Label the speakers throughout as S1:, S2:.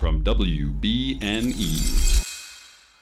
S1: from WBNE.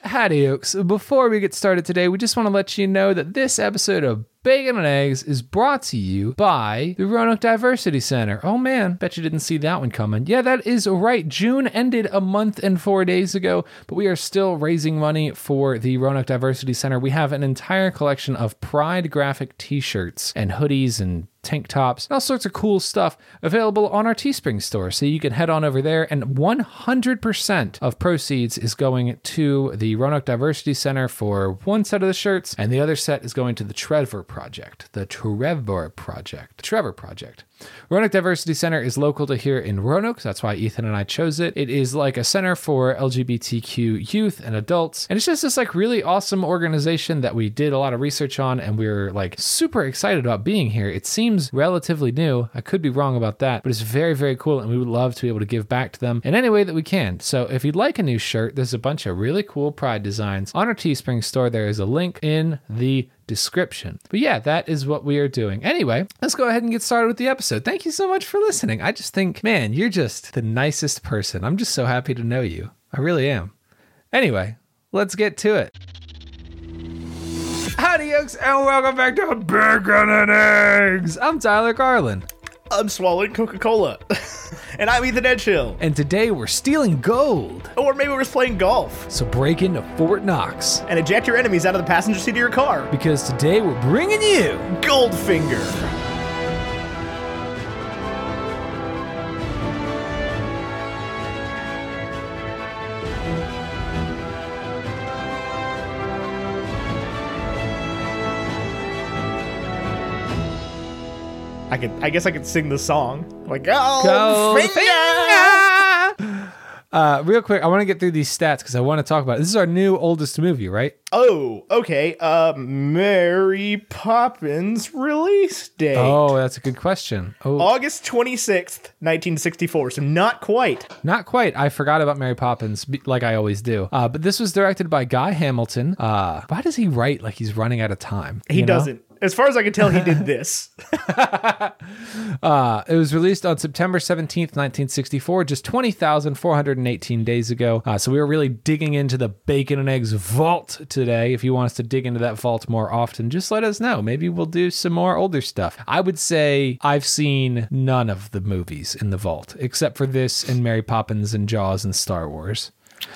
S2: Howdy, Oaks. Before we get started today, we just want to let you know that this episode of Bacon and Eggs is brought to you by the Roanoke Diversity Center. Oh man, bet you didn't see that one coming. Yeah, that is right. June ended a month and four days ago, but we are still raising money for the Roanoke Diversity Center. We have an entire collection of Pride graphic t shirts and hoodies and tank tops, and all sorts of cool stuff available on our Teespring store. So you can head on over there, and 100% of proceeds is going to the Roanoke Diversity Center for one set of the shirts, and the other set is going to the Trevor Project. The Trevor Project. Trevor Project. Roanoke Diversity Center is local to here in Roanoke. That's why Ethan and I chose it. It is like a center for LGBTQ youth and adults. And it's just this like really awesome organization that we did a lot of research on and we are like super excited about being here. It seems relatively new. I could be wrong about that, but it's very, very cool. And we would love to be able to give back to them in any way that we can. So if you'd like a new shirt, there's a bunch of really cool pride designs on our Teespring store. There is a link in the description. But yeah, that is what we are doing. Anyway, let's go ahead and get started with the episode. Thank you so much for listening. I just think, man, you're just the nicest person. I'm just so happy to know you. I really am. Anyway, let's get to it. Howdy, yokes, and welcome back to Bacon and Eggs. I'm Tyler Garland,
S3: I'm swallowing Coca Cola. and I'm Ethan Edgehill.
S2: and today we're stealing gold.
S3: Or maybe we're just playing golf.
S2: So break into Fort Knox
S3: And eject your enemies out of the passenger seat of your car.
S2: because today we're bringing you
S3: Goldfinger. I could, I guess I could sing the song. Like, Goldfinger!
S2: Goldfinger. Uh, real quick, I want to get through these stats because I want to talk about it. this is our new oldest movie, right?
S3: Oh, okay. Uh, Mary Poppins release date.
S2: Oh, that's a good question. Oh,
S3: August 26th, 1964. So not quite.
S2: not quite. I forgot about Mary Poppins, be- like I always do. Uh, but this was directed by Guy Hamilton. Uh, why does he write like he's running out of time?
S3: He
S2: you know?
S3: doesn't. As far as I can tell, he did this.
S2: Uh, it was released on September 17th, 1964, just 20,418 days ago. Uh, so we were really digging into the bacon and eggs vault today. If you want us to dig into that vault more often, just let us know. Maybe we'll do some more older stuff. I would say I've seen none of the movies in the vault, except for this and Mary Poppins and Jaws and Star Wars.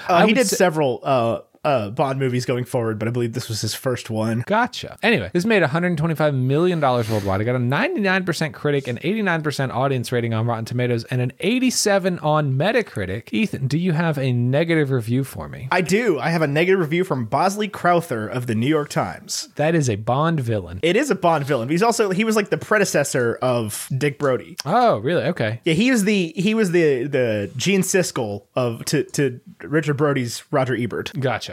S3: Uh, he
S2: would
S3: did
S2: say-
S3: several uh, uh, Bond movies going forward, but I believe this was his first one.
S2: Gotcha. Anyway, this made $125 million worldwide. It got a 99% critic, an 89% audience rating on Rotten Tomatoes, and an 87 on Metacritic. Ethan, do you have a negative review for me?
S3: I do. I have a negative review from Bosley Crowther of the New York Times.
S2: That is a Bond villain.
S3: It is a Bond villain. But he's also he was like the predecessor of Dick Brody.
S2: Oh, really? Okay.
S3: Yeah, he was the he was the the Gene Siskel of to to Richard Brody's Roger Ebert.
S2: Gotcha.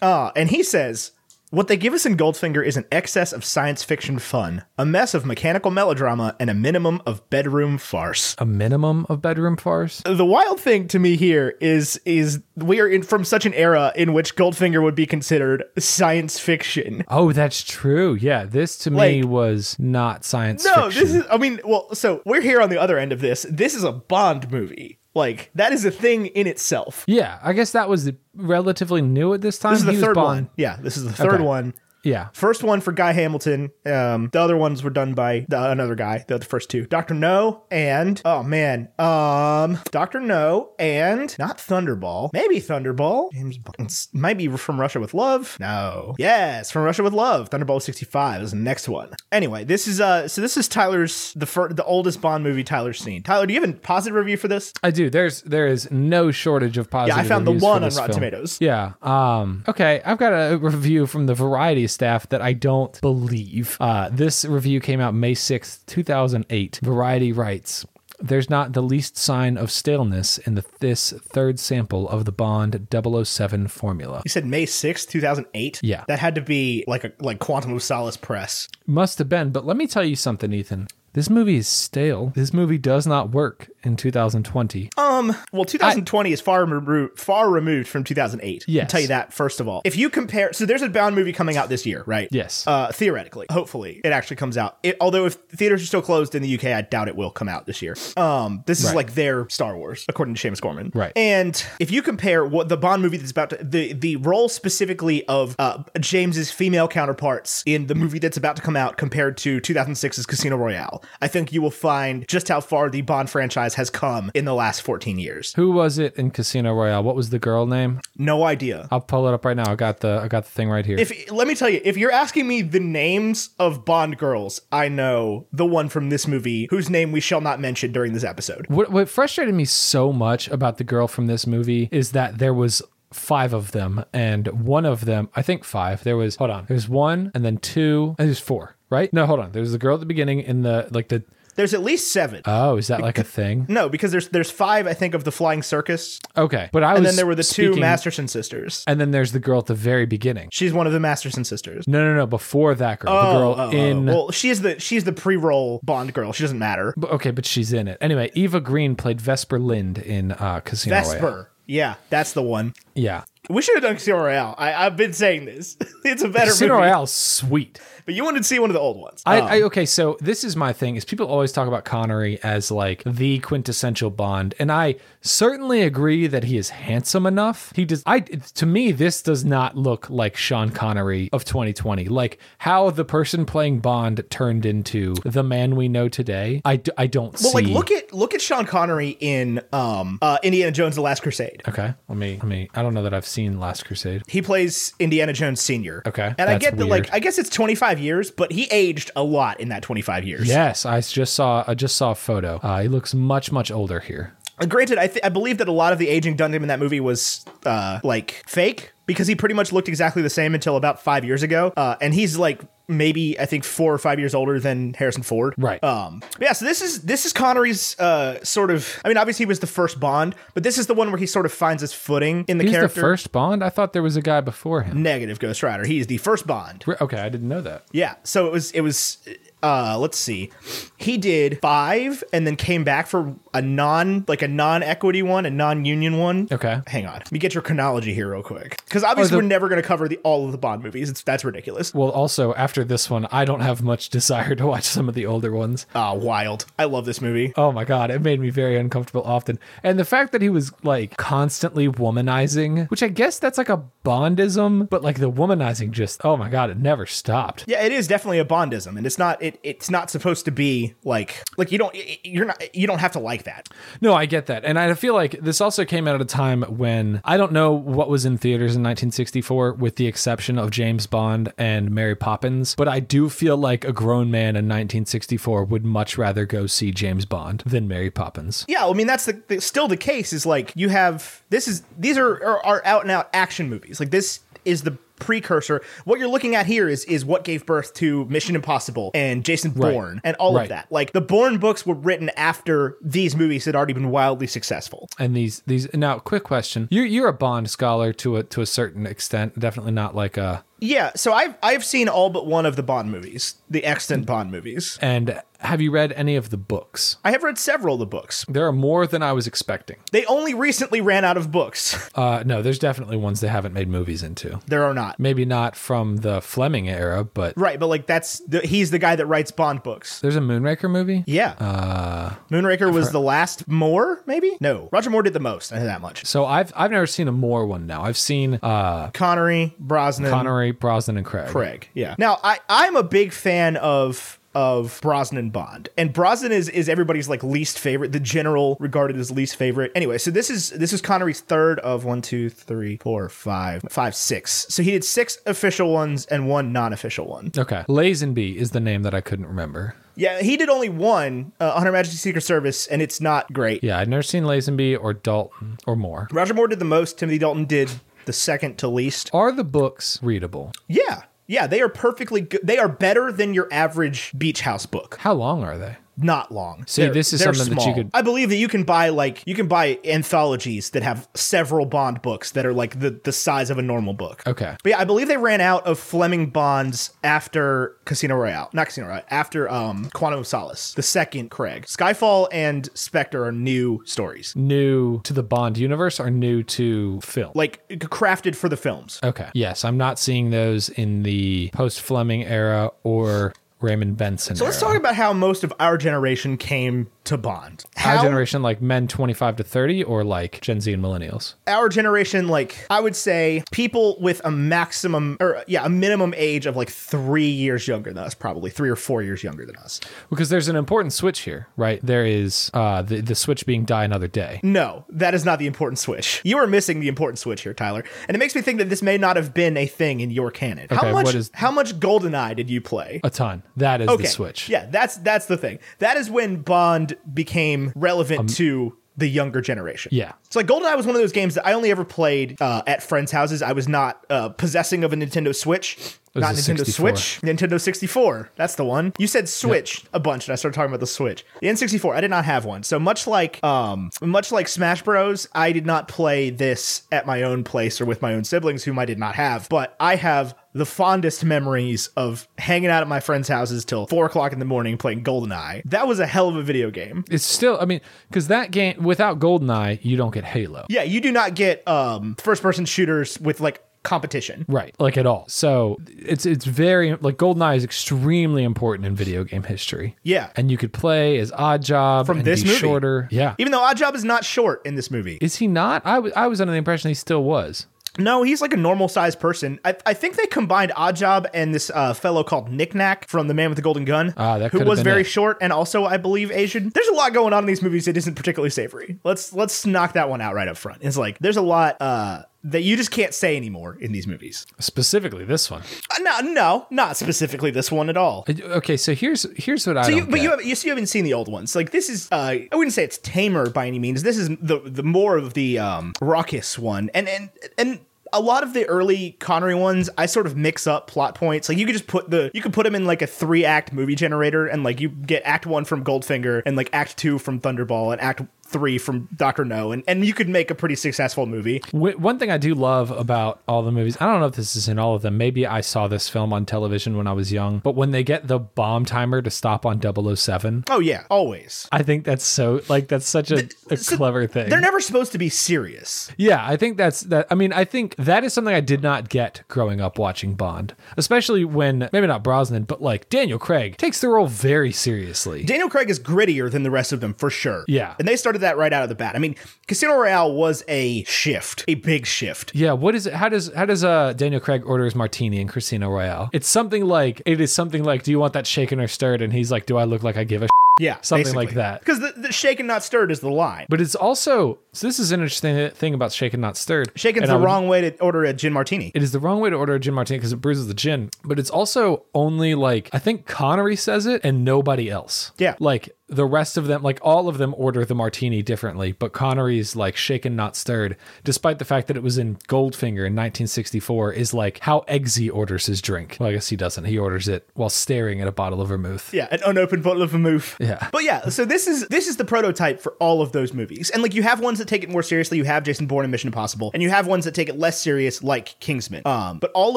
S3: Uh, and he says, What they give us in Goldfinger is an excess of science fiction fun, a mess of mechanical melodrama, and a minimum of bedroom farce.
S2: A minimum of bedroom farce?
S3: The wild thing to me here is is we are in from such an era in which Goldfinger would be considered science fiction.
S2: Oh, that's true. Yeah, this to me
S3: Like-
S2: was not science
S3: No,
S2: fiction.
S3: this is I mean, well, so we're here on the other end of this. This is a Bond movie. Like that is a thing in itself.
S2: yeah, I guess that was relatively new at this time.
S3: This is the
S2: He was
S3: third
S2: Bond.
S3: one. Yeah, this is the third
S2: Okay.
S3: one.
S2: Yeah.
S3: First one for Guy Hamilton. Um, the other ones were done by the, another guy. The, the first two, Doctor No and oh man, um, Doctor No and not Thunderball. Maybe Thunderball. James Bond It's- might be from Russia with Love. No, yes, from Russia with Love. Thunderball sixty five is the next one. Anyway, this is uh, so this is Tyler's the fir- the oldest Bond movie Tyler's seen. Tyler, do you have a positive review for this?
S2: I do. There's there is no shortage of positive.
S3: Yeah, I found the
S2: reviews for
S3: one on
S2: this
S3: Rotten
S2: film.
S3: Tomatoes.
S2: Yeah. Um, okay. I've got a review from the Variety staff that I don't believe. Uh, this review came out May 6th, 2008. Variety writes. There's not the least sign of staleness in the, this third sample of the Bond 007 formula.
S3: You said May sixth, two thousand eight.
S2: Yeah.
S3: that had to be like a like Quantum of Solace press.
S2: Must have been, but let me tell you something, Ethan. This movie is stale. This movie does not work in 2020.
S3: Um, well, 2020 is far removed, far removed from 2008. I'll
S2: Yes.
S3: tell you that first of all. If you compare, so there's a Bound movie coming out this year, right?
S2: Yes.
S3: Uh, theoretically, hopefully, it actually comes out. It, although if theaters are still closed in the UK, I doubt it will come out this year. Um, this is
S2: Right.
S3: like their Star Wars, according to Seamus Gorman.
S2: Right.
S3: And if you compare what the Bond movie that's about to the the role specifically of uh, James's female counterparts in the movie that's about to come out compared to 2006's Casino Royale, I think you will find just how far the Bond franchise has come in the last 14 years.
S2: Who was it in Casino Royale? What was the girl name?
S3: No idea.
S2: I'll pull it up right now. I got the I got the thing right here.
S3: If let me tell you, if you're asking me the names of Bond girls, I know the one from this movie whose name we shall not mention during this episode.
S2: What, what frustrated me so much about the girl from this movie is that there was five of them, and one of them, I think five. There was hold on, there's one, and then two, and there's four, right? No, hold on. There's the girl at the beginning in the like the
S3: There's at least seven.
S2: oh, is that like a thing?
S3: no, because there's there's five, I think, of the Flying Circus,
S2: Okay, but I was
S3: and then there were the two
S2: Oh, speaking-
S3: Masterson sisters.
S2: and then there's the girl at the very beginning.
S3: She's one of the Masterson sisters.
S2: No, no, no. Before that girl, the girl in
S3: Oh, well, she's the she's the pre-roll Bond girl. She doesn't matter.
S2: But- Okay, but she's in it. Anyway, Eva Green played Vesper Lind in uh, Casino Royale.
S3: Vesper. Yeah, that's the one.
S2: Yeah.
S3: We should have done Casino Royale. I, I've been saying this. it's a better
S2: Casino
S3: movie.
S2: Royale's sweet.
S3: But you wanted to see one of the old ones.
S2: I,
S3: Um,
S2: I okay, so this is my thing is people always talk about Connery as like the quintessential Bond, and I certainly agree that he is handsome enough. He does I to me this does not look like Sean Connery of 2020. Like how the person playing Bond turned into the man we know today. I, d- I don't
S3: well,
S2: see
S3: like look at look at Sean Connery in um uh Indiana Jones: The Last Crusade.
S2: Okay, let me let me I don't know that I've seen Last Crusade.
S3: He plays Indiana Jones Senior.
S2: Okay,
S3: and I
S2: that's
S3: get that. Like,
S2: weird.
S3: I guess it's 25 years, but he aged a lot in that 25 years.
S2: Yes, I just saw I just saw a photo. Uh, he looks much much older here.
S3: Uh, Granted, I, th- I believe that a lot of the aging done to him in that movie was uh, like fake because he pretty much looked exactly the same until about five years ago, uh, and he's like maybe I think four or five years older than Harrison Ford.
S2: Right.
S3: Um. but Yeah. So this is this is Connery's uh sort of. I mean, obviously he was the first Bond, but this is the one where he sort of finds his footing in the
S2: He's
S3: character.
S2: the first Bond. I thought there was a guy before him.
S3: Negative Ghost Rider. He is the first Bond.
S2: Re- Okay, I didn't know that.
S3: Yeah. So it was it was uh let's see. He did 5 and then came back for a non like a non-equity one, a non-union one.
S2: Okay.
S3: Hang on. Let me get your chronology here real quick. Cuz obviously
S2: the-
S3: we're never going to cover the all of the Bond movies. It's that's ridiculous.
S2: Well, also after this one, I don't have much desire to watch some of the older ones.
S3: Ah, wild. I love this movie.
S2: Oh my god, it made me very uncomfortable often. And the fact that he was like constantly womanizing, which I guess that's like a Bondism, but like the womanizing just oh my god, it never stopped.
S3: Yeah, it is definitely a Bondism, and it's not it. It's not supposed to be like like you don't it- it- you're not you don't have to like that.
S2: No, I get that. And I feel like this also came out at a time when I don't know what was in theaters in 1964, with the exception of James Bond and Mary Poppins, but I do feel like a grown man in 1964 would much rather go see James Bond than Mary Poppins.
S3: Yeah, I mean that's the, the still the case is like you have this is these are are, are out and out action movies. Like this is the precursor. What you're looking at here is is what gave birth to Mission Impossible and Jason
S2: Right.
S3: Bourne and all of
S2: Right.
S3: that. Like the Bourne books were written after these movies had already been wildly successful.
S2: And these these now quick question. You you're a Bond scholar to a to a certain extent, definitely not like a
S3: Yeah, so I've I've seen all but one of the Bond movies, the extant Bond movies.
S2: and have you read any of the books?
S3: I have read several of the books.
S2: There are more than I was expecting.
S3: They only recently ran out of books.
S2: Uh, no, there's definitely ones they haven't made movies into.
S3: there are not.
S2: Maybe not from the Fleming era, but
S3: Right, but like that's the, he's the guy that writes Bond books.
S2: There's a Moonraker movie?
S3: Yeah.
S2: Uh,
S3: Moonraker was the last Moore, maybe? No. Roger Moore did the most. I know that much.
S2: So I've I've never seen a Moore one now. I've seen uh
S3: Connery, Brosnan,
S2: Connery, Brosnan, and Craig.
S3: Craig. Yeah. Now, I, I'm a big fan of of Brosnan Bond. And Brosnan is is everybody's like least favorite, the general regarded as least favorite. Anyway, so this is this is Connery's third of one, two, three, four, five, five, six. So he did six official ones and one non-official one.
S2: Okay. Lazenby is the name that I couldn't remember.
S3: Yeah, he did only one uh, on Her Majesty's Secret Service, and it's not great.
S2: Yeah, I'd never seen Lazenby or Dalton or Moore.
S3: Roger Moore did the most. Timothy Dalton did the second to least.
S2: Are the books readable?
S3: Yeah. Yeah, they are perfectly good. They are better than your average beach house book.
S2: How long are they?
S3: not long.
S2: See, this is
S3: they're
S2: something that you could-
S3: I believe that you can buy like you can buy anthologies that have several Bond books that are like the the size of a normal book.
S2: Okay.
S3: But yeah, I believe they ran out of Fleming Bonds after Casino Royale, not Casino Royale, after um, Quantum of Solace, the second Craig. Skyfall and Spectre are new stories,
S2: New to the Bond universe or new to film?
S3: like crafted for the films.
S2: Okay. Yes, I'm not seeing those in the post Fleming era or Raymond Benson.
S3: So let's
S2: era.
S3: talk about how most of our generation came to Bond. How
S2: Our generation, like men 25 to 30, or like Gen Z and millennials.
S3: our generation, like I would say, people with a maximum or yeah, a minimum age of like three years younger than us, probably three or four years younger than us.
S2: Because there's an important switch here, right? There is uh, the the switch being die another day.
S3: No, that is not the important switch. You are missing the important switch here, Tyler. And it makes me think that this may not have been a thing in your canon.
S2: Okay,
S3: how much
S2: what is-
S3: how much Goldeneye did you play?
S2: A ton. That is
S3: okay.
S2: the switch.
S3: Yeah, that's that's the thing. That is when Bond became relevant to the younger generation.
S2: Um, Yeah.
S3: So like GoldenEye was one of those games that I only ever played uh, at friends' houses. I was not uh, possessing of a Nintendo Switch.
S2: was
S3: Not
S2: a 64.
S3: Nintendo Switch, Nintendo 64. That's the one. You said Switch a bunch, and I started talking about the Switch. The N64. I did not have one. So much like, um, much like Smash Bros, I did not play this at my own place or with my own siblings, whom I did not have. But I have the fondest memories of hanging out at my friends' houses till four o'clock in the morning playing GoldenEye. That was a hell of a video game.
S2: It's still, I mean, because that game, without Goldeneye, you don't get Halo.
S3: Yeah, you do not get um first person shooters with like competition.
S2: Right, like at all. So it's it's very like Goldeneye is extremely important in video game history.
S3: Yeah.
S2: and you could play as Odd Job
S3: From
S2: and
S3: this
S2: be
S3: movie.
S2: shorter. Yeah,
S3: Even though Oddjob is not short in this movie.
S2: is he not? I was I was under the impression he still was.
S3: No, he's like a normal sized person. I, I think they combined Oddjob and this uh, fellow called Knickknack from The Man with the Golden Gun,
S2: Ah, that
S3: who
S2: could've
S3: was
S2: been
S3: very
S2: it.
S3: short and also, I believe, Asian. There's a lot going on in these movies that isn't particularly savory. Let's let's knock that one out right up front. It's like there's a lot uh, that you just can't say anymore in these movies.
S2: Specifically, this one.
S3: Uh, no, no, not specifically this one at all.
S2: I- Okay, so here's here's what I.
S3: So you,
S2: don't
S3: but
S2: get.
S3: you haven't, you, so you haven't seen the old ones. Like this is, uh, I wouldn't say it's tamer by any means. This is the the more of the um, raucous one, and and and a lot of the early Connery ones, I sort of mix up plot points. Like you could just put the you could put them in like a three act movie generator, and like you get Act One from Goldfinger, and like Act Two from Thunderball, and Act Three from Doctor No, and and you could make a pretty successful movie.
S2: Wh- One thing I do love about all the movies, I don't know if this is in all of them. Maybe I saw this film on television when I was young, but when they get the bomb timer to stop on 007,
S3: Oh yeah, always.
S2: I think that's so like that's such a, a
S3: so
S2: clever thing.
S3: They're never supposed to be serious.
S2: yeah, I think that's that. I mean, I think that is something I did not get growing up watching Bond, especially when maybe not Brosnan, but like Daniel Craig takes the role very seriously.
S3: Daniel Craig is grittier than the rest of them for sure.
S2: Yeah.
S3: And they started that right out of the bat. I mean, Casino Royale was a shift, a big shift.
S2: yeah, what is it? How does how does uh Daniel Craig order his martini in Casino Royale? It's something like it is something like, do you want that shaken or stirred? And he's like, do I look like I give a
S3: Yeah.
S2: Something like that.
S3: Because the, the shaken, not stirred is the line.
S2: But it's also so this is an interesting thing about shaken not stirred.
S3: Shaken's
S2: And I
S3: the
S2: would-
S3: wrong way to order a gin martini.
S2: It is the wrong way to order a gin martini because it bruises the gin. But it's also only like I think Connery says it and nobody else.
S3: Yeah.
S2: Like the rest of them, like all of them, order the martini differently. But Connery's like shaken not stirred, despite the fact that it was in Goldfinger in 1964, is like how Eggsy orders his drink. Well, I guess he doesn't. He orders it while staring at a bottle of vermouth.
S3: yeah, an unopened bottle of vermouth.
S2: Yeah.
S3: But yeah, so this is this is the prototype for all of those movies. And like you have ones that take it more seriously, you have Jason Bourne and Mission Impossible, and you have ones that take it less serious like Kingsman. Um, but all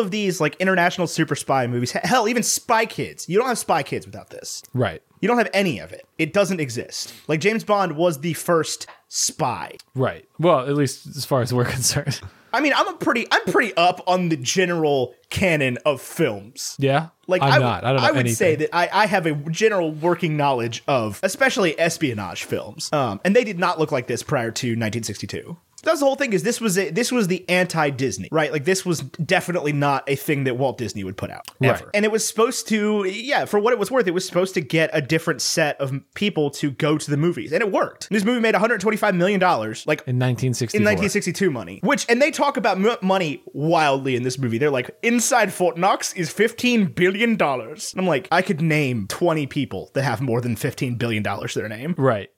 S3: of these like international super spy movies, hell, even Spy Kids. You don't have Spy Kids without this.
S2: Right.
S3: You don't have any of it. It doesn't exist. Like James Bond was the first spy.
S2: Right. Well, at least as far as we're concerned.
S3: I mean, I'm a pretty I'm pretty up on the general canon of films.
S2: Yeah.
S3: Like
S2: I'm
S3: I would-
S2: not. I don't know
S3: I would
S2: anything.
S3: say that I, I have a general working knowledge of especially espionage films. Um, and they did not look like this prior to 1962. That's the whole thing is this was a, this was the anti Disney, right? Like this was definitely not a thing that Walt Disney would put out ever.
S2: Right.
S3: And it was supposed to yeah, for what it was worth, it was supposed to get a different set of people to go to the movies. And it worked. This movie made 125 million dollars like
S2: in 1964.
S3: in 1962 money, which and they talk about m- money wildly in this movie. They're like, inside Fort Knox is 15 billion dollars. I'm like, I could name 20 people that have more than 15 billion dollars to their name.
S2: Right.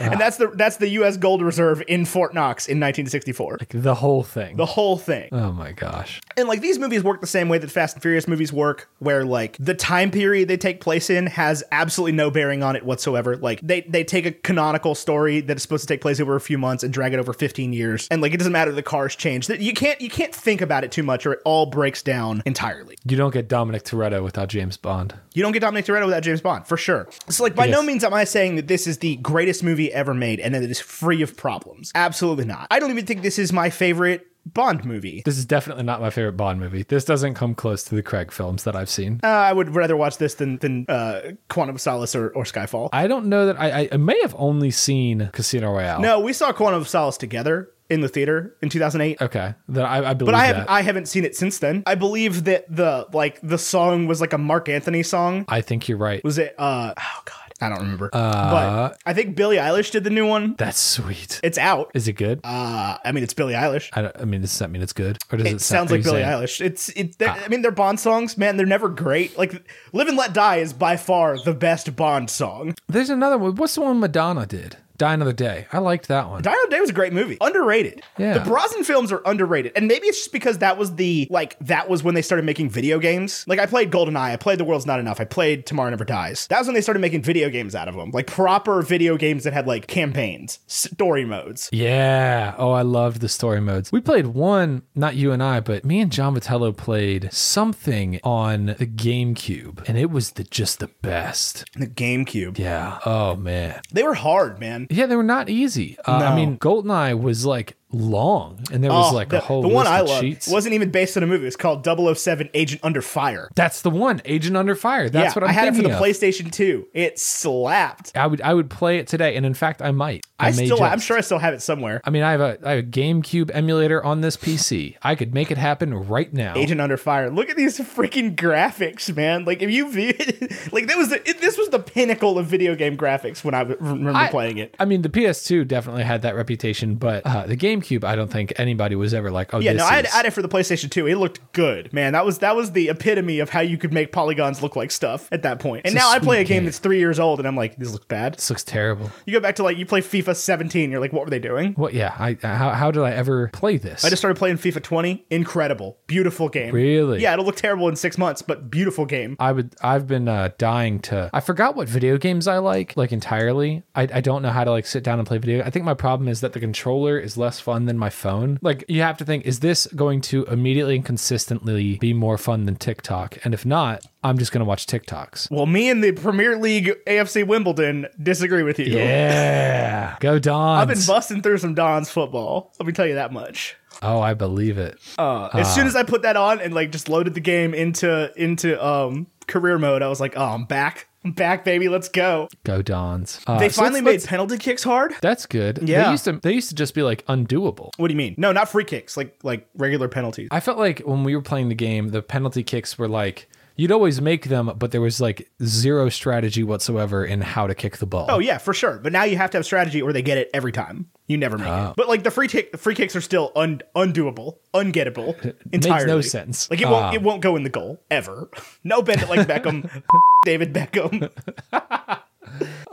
S3: and that's the that's the U.S. Gold Reserve in Fort Knox in 1964.
S2: The whole thing.
S3: The whole thing.
S2: oh my gosh.
S3: And like these movies work the same way that Fast and Furious movies work, where like the time period they take place in has absolutely no bearing on it whatsoever. Like they they take a canonical story that is supposed to take place over a few months and drag it over 15 years, and like it doesn't matter that the cars change. That you can't you can't think about it too much, or it all breaks down entirely.
S2: You don't get Dominic Toretto without James Bond.
S3: You don't get Dominic Toretto without James Bond for sure. So like by
S2: Yes.
S3: no means am I saying that this is the greatest movie ever made and that it is free of problems. Absolutely not. I don't even think this is my favorite Bond movie.
S2: This is definitely not my favorite Bond movie. This doesn't come close to the Craig films that I've seen.
S3: Uh, I would rather watch this than than uh, Quantum of Solace or, or Skyfall.
S2: I don't know that I, I, I may have only seen Casino Royale.
S3: no, we saw Quantum of Solace together in the theater in 2008.
S2: Okay. That I, I believe
S3: But
S2: that.
S3: I haven't, I haven't seen it since then. I believe that the like the song was like a Mark Anthony song.
S2: I think you're right.
S3: Was it? Uh, oh God, I don't remember.
S2: Uh,
S3: but I think Billie Eilish did the new one.
S2: That's sweet.
S3: It's out.
S2: Is it good?
S3: Uh, I mean, it's Billie Eilish.
S2: I, don't, I mean, does that Ah. mean it's good, or does it,
S3: It sounds like Billie
S2: Billy
S3: Eilish. It's it. they're- I mean, their Bond songs, man, they're never great. Like "Live and Let Die" is by far the best Bond song.
S2: There's another one. What's the one Madonna did? Die Another Day. I liked that one.
S3: Dino Day was a great movie. Underrated.
S2: Yeah.
S3: The Brosnan films are underrated. And maybe it's just because that was the like that was when they started making video games. Like I played GoldenEye, I played The World's Not Enough, I played Tomorrow Never Dies. That was when they started making video games out of them. Like proper video games that had like campaigns, story modes.
S2: yeah. Oh, I loved the story modes. We played one, not you and I, but me and John Vitello played something on the GameCube, and it was the just the best.
S3: The GameCube.
S2: Yeah. Oh man.
S3: They were hard, man.
S2: Yeah, they were not easy. Uh, I
S3: No.
S2: mean, Goldeneye was like long, and there was
S3: Oh,
S2: like
S3: the,
S2: a whole
S3: the
S2: list
S3: one I
S2: of
S3: love
S2: cheats.
S3: wasn't even based on a movie. It's called 007 Agent Under Fire.
S2: That's the one, Agent Under Fire. That's
S3: yeah,
S2: what I'm
S3: I had it for
S2: thinking
S3: the
S2: of.
S3: PlayStation 2. It slapped.
S2: I would I would play it today, and in fact, I might.
S3: I,
S2: may
S3: still, I'm
S2: just.
S3: sure I still have it somewhere.
S2: I mean, I have a I have a GameCube emulator on this PC. I could make it happen right now.
S3: Agent Under Fire. Look at these freaking graphics, man! Like if you view it, like that was the it, this was the pinnacle of video game graphics when I w- remember
S2: I-
S3: playing it.
S2: I mean, the PS2 definitely had that reputation, but uh, the GameCube, I don't think anybody was ever like, "Oh,
S3: Yeah,
S2: this
S3: no, I had,
S2: is-
S3: I had it for the PlayStation 2. It looked good, man. That was that was the epitome of how you could make polygons look like stuff at that point. And
S2: It's a
S3: now I play
S2: sweet
S3: a game,
S2: game.
S3: that's three years old, and I'm like, this looks bad.
S2: this looks terrible."
S3: You go back to like you play FIFA 17, you're like, what were they doing?
S2: What? Yeah, I how, how did I ever play this?
S3: I just started playing FIFA 20. Incredible, beautiful game.
S2: Really?
S3: Yeah, it'll look terrible in six months, but beautiful game.
S2: I would I've been uh, dying to I forgot what video games I like like entirely. I, I don't know how to like sit down and play video. I think my problem is that the controller is less fun than my phone. Like you have to think is this going to immediately and consistently be more fun than TikTok? And if not, I'm just going to watch TikToks.
S3: Well, me and the Premier League AFC Wimbledon disagree with you.
S2: Yeah. Go Don.
S3: I've been busting through some Don's football. Let me tell you that much.
S2: oh, I believe it.
S3: Uh, as soon as I put that on and like just loaded the game into into um career mode, I was like, oh, I'm back. I'm back, baby. Let's go.
S2: Go Don's. Uh,
S3: They
S2: so
S3: finally
S2: let's-
S3: made
S2: let's-
S3: penalty kicks hard.
S2: That's good. They
S3: Yeah.
S2: used to they used to just be like undoable.
S3: What do you mean? No, not free kicks. Like like regular penalties.
S2: I felt like when we were playing the game, the penalty kicks were like you'd always make them, but there was like zero strategy whatsoever in how to kick the ball.
S3: Oh yeah, for sure. But now you have to have strategy, or they get it every time. You never make
S2: Ah.
S3: it. But like the free kick, the free kicks are still un- undoable, ungettable
S2: makes
S3: entirely.
S2: no sense. Uh, Ah.
S3: Like it won't, it won't go in the goal ever. No bend it like Beckham, David Beckham.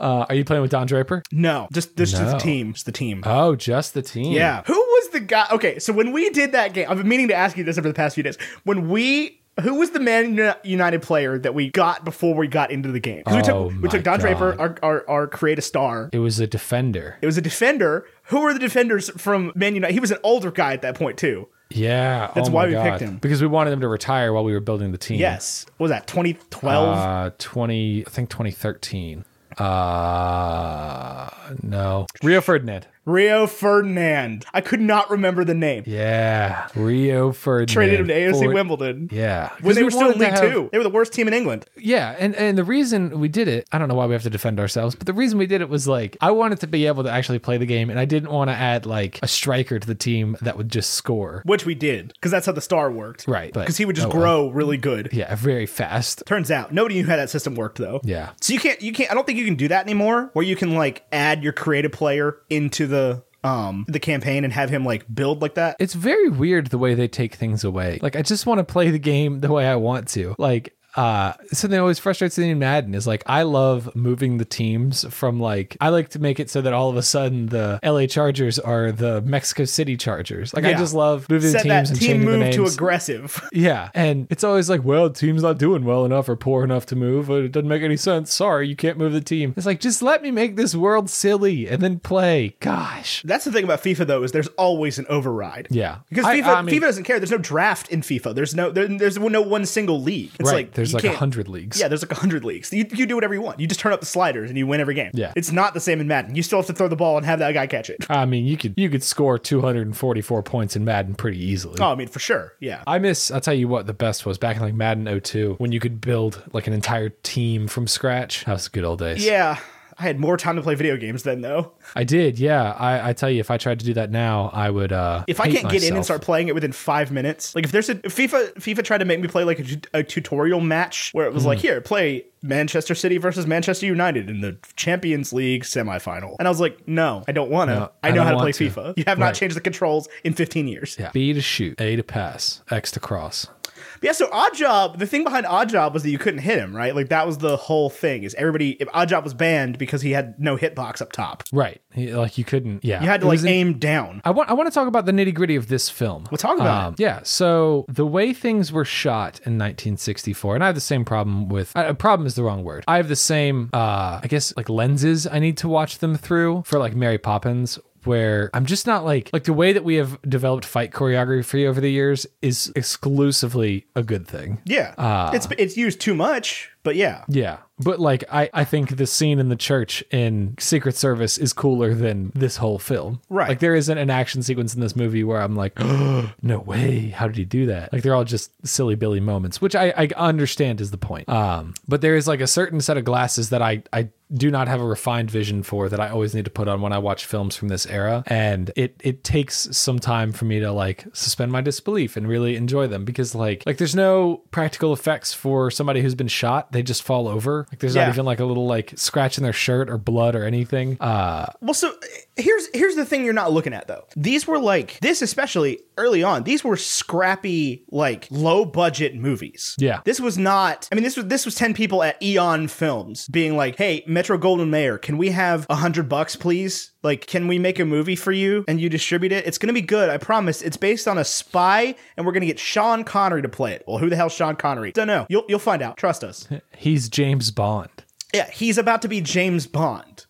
S2: Uh, are you playing with Don Draper?
S3: No, just this just
S2: No.
S3: the team, just the team.
S2: Oh, just the team.
S3: Yeah. Who was the guy? Okay, so when we did that game, I've been meaning to ask you this over the past few days. When we, who was the Man Uni- United player that we got before we got into the game? 'Cause
S2: Oh
S3: we took
S2: my
S3: we took Don
S2: God.
S3: Draper, our, our our create a star.
S2: It was a defender.
S3: It was a defender. Who were the defenders from Man United? He was an older guy at that point too.
S2: Yeah.
S3: That's
S2: oh
S3: why
S2: my
S3: we
S2: God.
S3: picked him.
S2: Because we wanted him to retire while we were building the team.
S3: Yes. What was that 2012?
S2: Uh, 20, I think 2013. Uh, no. Rio Ferdinand.
S3: Rio Ferdinand. I could not remember the name.
S2: Yeah. Rio Ferdinand.
S3: Traded him to AFC
S2: For-
S3: Wimbledon.
S2: Yeah. 'Cause
S3: When they
S2: we
S3: were still
S2: wanted
S3: in
S2: to
S3: League
S2: have-
S3: Two, they were the worst team in England.
S2: Yeah, and and the reason we did it, I don't know why we have to defend ourselves, but the reason we did it was like I wanted to be able to actually play the game, and I didn't want to add like a striker to the team that would just score.
S3: which we did because that's how the star worked
S2: Right, but-
S3: because he would just
S2: oh, well.
S3: grow really good
S2: Yeah, very fast.
S3: turns out nobody knew how that system worked though
S2: Yeah.
S3: so you can't you can't i don't think you can do that anymore where you can like add your creative player into the um the campaign and have him like build like that
S2: It's very weird the way they take things away. Like I just want to play the game the way I want to. Like uh, something that always frustrates me in Madden is like I love moving the teams from like I like to make it so that all of a sudden the LA Chargers are the Mexico City Chargers. Like I
S3: Yeah.
S2: just love moving
S3: Said
S2: the teams
S3: that
S2: and
S3: team
S2: changing the
S3: move
S2: names.
S3: to aggressive.
S2: Yeah. And it's always like, well, the team's not doing well enough or poor enough to move. It doesn't make any sense. Sorry, you can't move the team. It's like, just let me make this world silly and then play. Gosh.
S3: That's the thing about FIFA though is there's always an override.
S2: Yeah.
S3: Because
S2: I-
S3: FIFA,
S2: I mean-
S3: FIFA doesn't care. There's no draft in FIFA. There's no there, there's no one single league. It's
S2: right.
S3: like
S2: There's
S3: you
S2: like a
S3: can't-
S2: hundred leagues.
S3: Yeah, there's like a hundred leagues. You, you do whatever you want. You just turn up the sliders and you win every game.
S2: Yeah.
S3: it's not the same in Madden. You still have to throw the ball and have that guy catch it.
S2: I mean, you could you could score 244 points in Madden pretty easily.
S3: Oh, I mean for sure. Yeah,
S2: I miss, I'll tell you what the best was back in like Madden 02 when you could build like an entire team from scratch. That was the good old days.
S3: yeah. I had more time to play video games then though.
S2: I did. Yeah. I, I tell you, if I tried to do that now, I would. uh
S3: If I
S2: hate
S3: can't get in and
S2: myself.
S3: start playing it within five minutes, like if there's a if FIFA, FIFA tried to make me play like a, tu- a tutorial match where it was
S2: Hmm.
S3: like, here, play Manchester City versus Manchester United in the Champions League semifinal, and I was like, no, I don't want to.
S2: No,
S3: I
S2: I
S3: know
S2: don't
S3: how to play
S2: want to.
S3: FIFA. You have
S2: Right.
S3: not changed the controls in 15 years.
S2: Yeah. B to shoot, A to pass, X to cross.
S3: But yeah, so Oddjob, the thing behind Oddjob was that you couldn't hit him, right? Like that was the whole thing. Is everybody if Oddjob was banned because he had no hitbox up top.
S2: Right. He- Like you couldn't. Yeah.
S3: You had to
S2: It
S3: like
S2: was in-
S3: aim down.
S2: I want. I want to talk about the nitty gritty of this film. Um,
S3: Well, talk about it.
S2: Yeah. So the way things were shot in 1964, and I have the same problem with. Uh, problem is the wrong word. I have the same. uh I guess like lenses I need to watch them through for like Mary Poppins. Where I'm just not like like the way that we have developed fight choreography over the years is exclusively a good thing.
S3: Yeah.
S2: Ah.
S3: it's it's used too much, but yeah.
S2: Yeah. But like I, I think the scene in the church in Secret Service is cooler than this whole film.
S3: Right.
S2: Like there isn't an action sequence in this movie where I'm like, oh, no way, how did he do that? Like they're all just silly Billy moments, which I, I understand is the point. Um but there is like a certain set of glasses that I, I do not have a refined vision for that I always need to put on when I watch films from this era. And it it takes some time for me to like suspend my disbelief and really enjoy them because like like there's no practical effects for somebody who's been shot. They just fall over. Like there's not
S3: Yeah.
S2: even like a little like scratch in their shirt or blood or anything. Uh
S3: Well, so here's here's the thing you're not looking at though. These were like this, especially early on. These were scrappy, like low budget movies.
S2: Yeah.
S3: this was not. I mean, this was this was ten people at Eon Films being like, "Hey, Metro Golden Mayer, can we have a hundred bucks, please? Like, can we make a movie for you and you distribute it? It's gonna be good, I promise. It's based on a spy, and we're gonna get Sean Connery to play it. Well, who the hell's Sean Connery? Don't know. You'll you'll find out. Trust us.
S2: he's James Bond.
S3: Yeah, he's about to be James Bond.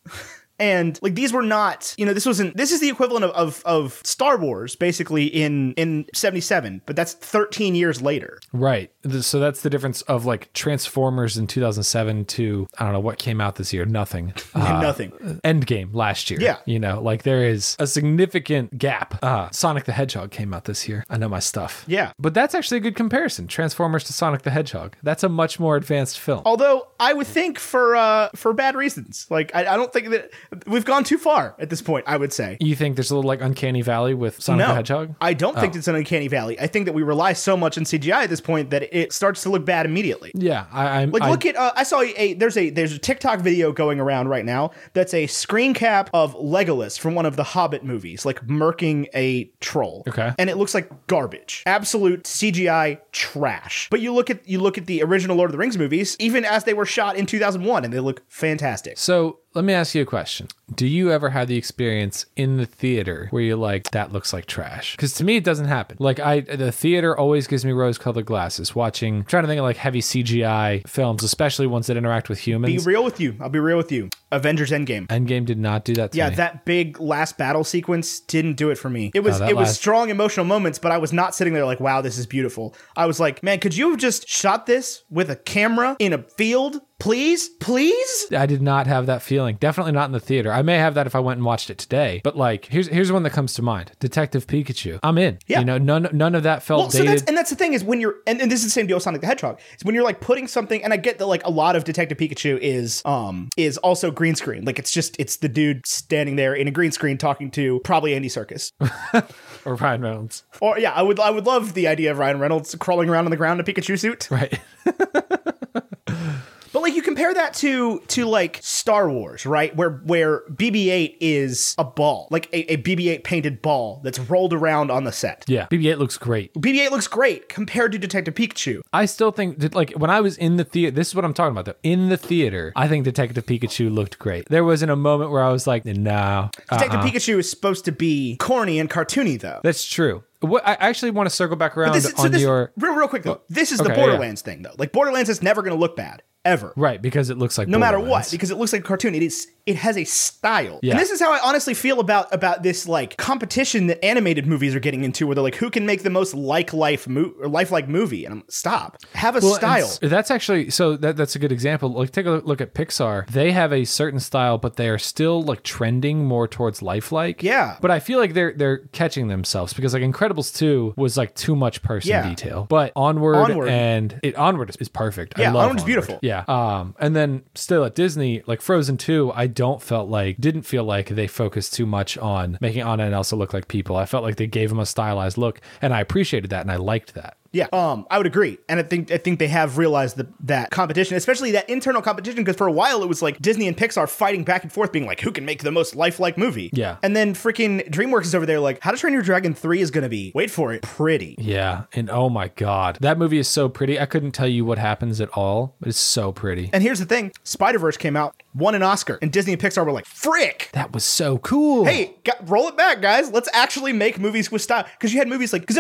S3: And like these were not, you know, this wasn't. This is the equivalent of, of of Star Wars, basically in in '77, but that's 13 years later.
S2: Right. Th- So that's the difference of like Transformers in 2007 to I don't know what came out this year. Nothing. Uh,
S3: Nothing.
S2: Endgame last year.
S3: Yeah. Uh-huh.
S2: You know, like there is a significant gap. Uh, Sonic the Hedgehog came out this year. I know my stuff.
S3: Yeah.
S2: But that's actually a good comparison Transformers to Sonic the Hedgehog. That's a much more advanced film.
S3: Although I would think for uh for bad reasons. Like I, I don't think that we've gone too far at this point. I would say.
S2: You think there's a little like Uncanny Valley with Sonic the Hedgehog? Oh.
S3: I don't think it's an uncanny valley. I think that we rely so much on CGI at this point that it starts to look bad immediately.
S2: yeah. I, I'm
S3: Like
S2: I-
S3: look at uh, I saw a, a there's a there's a TikTok video going around right now that's a screen cap of Legolas from one of the Hobbit movies, like murking a troll.
S2: Okay.
S3: And it looks like garbage. Absolute CGI trash. But you look at you look at the original Lord of the Rings movies, even as they were shot in 2001 and they look fantastic.
S2: So let me ask you a question. Do you ever have the experience in the theater where you're like, that looks like trash? Because to me, it doesn't happen. Like, I, the theater always gives me rose colored glasses watching, I'm trying to think of like heavy CGI films, especially ones that interact with
S3: Be
S2: humans.
S3: real with you. I'll be real with you. Avengers Endgame.
S2: Endgame did not do that to
S3: Yeah,
S2: me.
S3: that big last battle sequence didn't do it for me. It was
S2: that
S3: it was
S2: last-
S3: strong emotional moments, but I was not sitting there like, "Wow, this is beautiful." I was like, "Man, could you have just shot this with a camera in a field, please, please?"
S2: I did not have that feeling. Definitely not in the theater. I may have that if I went and watched it today. But like, here's here's one that comes to mind: Detective Pikachu. I'm in.
S3: Yeah.
S2: You know, none none of that felt
S3: Well, so
S2: dated.
S3: that's and that's the thing is when you're and, and this is the same deal with Sonic the Hedgehog is when you're like putting something and I get that like a lot of Detective Pikachu is um is also green screen like it's just it's the dude standing there in a green screen talking to probably Andy Circus
S2: or Ryan Reynolds.
S3: or yeah I would I would love the idea of Ryan Reynolds crawling around on the ground in a Pikachu suit
S2: Right.
S3: But But like you compare that to to like Star Wars, right? Where where BB-8 is a ball, like a, a BB-8 painted ball that's rolled around on the set.
S2: Yeah, BB-8 looks great.
S3: BB-8 looks great compared to Detective Pikachu.
S2: I still think that, like when I was in the theater, this is what I'm talking about though. In the theater, I think Detective Pikachu looked great. There wasn't a moment where I was like, no, uh,
S3: Detective Pikachu is supposed to be corny and cartoony though.
S2: that's true. What I actually want to circle back around
S3: This is, so
S2: on
S3: this,
S2: your
S3: real, real quick though. This is
S2: okay,
S3: the
S2: yeah, yeah.
S3: Borderlands thing though. Like Borderlands is never going to look bad ever.
S2: right because it looks like
S3: no matter what because it looks like a cartoon it is it has a style
S2: Yeah.
S3: and this is how i honestly feel about about this like competition that animated movies are getting into where they're like who can make the most like life mo- or lifelike movie and i'm stop have a
S2: and
S3: style
S2: s- That's actually so that, that's a good example. Like take a look at Pixar. They have a certain style, but they are still like trending more towards lifelike.
S3: Yeah.
S2: But I feel like they're they're catching themselves because like Incredibles 2 was like too much person
S3: Yeah.
S2: detail. But Onward,
S3: Onward.
S2: and it Onward is, is perfect. I
S3: Yeah,
S2: love
S3: Onward's
S2: Onward.
S3: beautiful.
S2: Yeah. Um and then still at Disney, like Frozen 2, I don't felt like didn't feel like they focused too much on making Anna and Elsa look like people. I felt like they gave them a stylized look and I appreciated that and I liked that.
S3: yeah um i would agree and i think i think they have realized that that competition especially that internal competition because for a while it was like disney and pixar fighting back and forth being like who can make the most lifelike movie
S2: Yeah.
S3: and then freaking dreamworks is over there like how to train your dragon 3 is gonna be wait for it pretty
S2: Yeah, and oh my god, that movie is so pretty. I couldn't tell you what happens at all, but it's so pretty.
S3: and here's the thing Spider Verse came out, won an Oscar, and Disney and Pixar were like, frick!
S2: that was so cool.
S3: hey, got, roll it back, guys. Let's actually make movies with style. Because you had movies like, because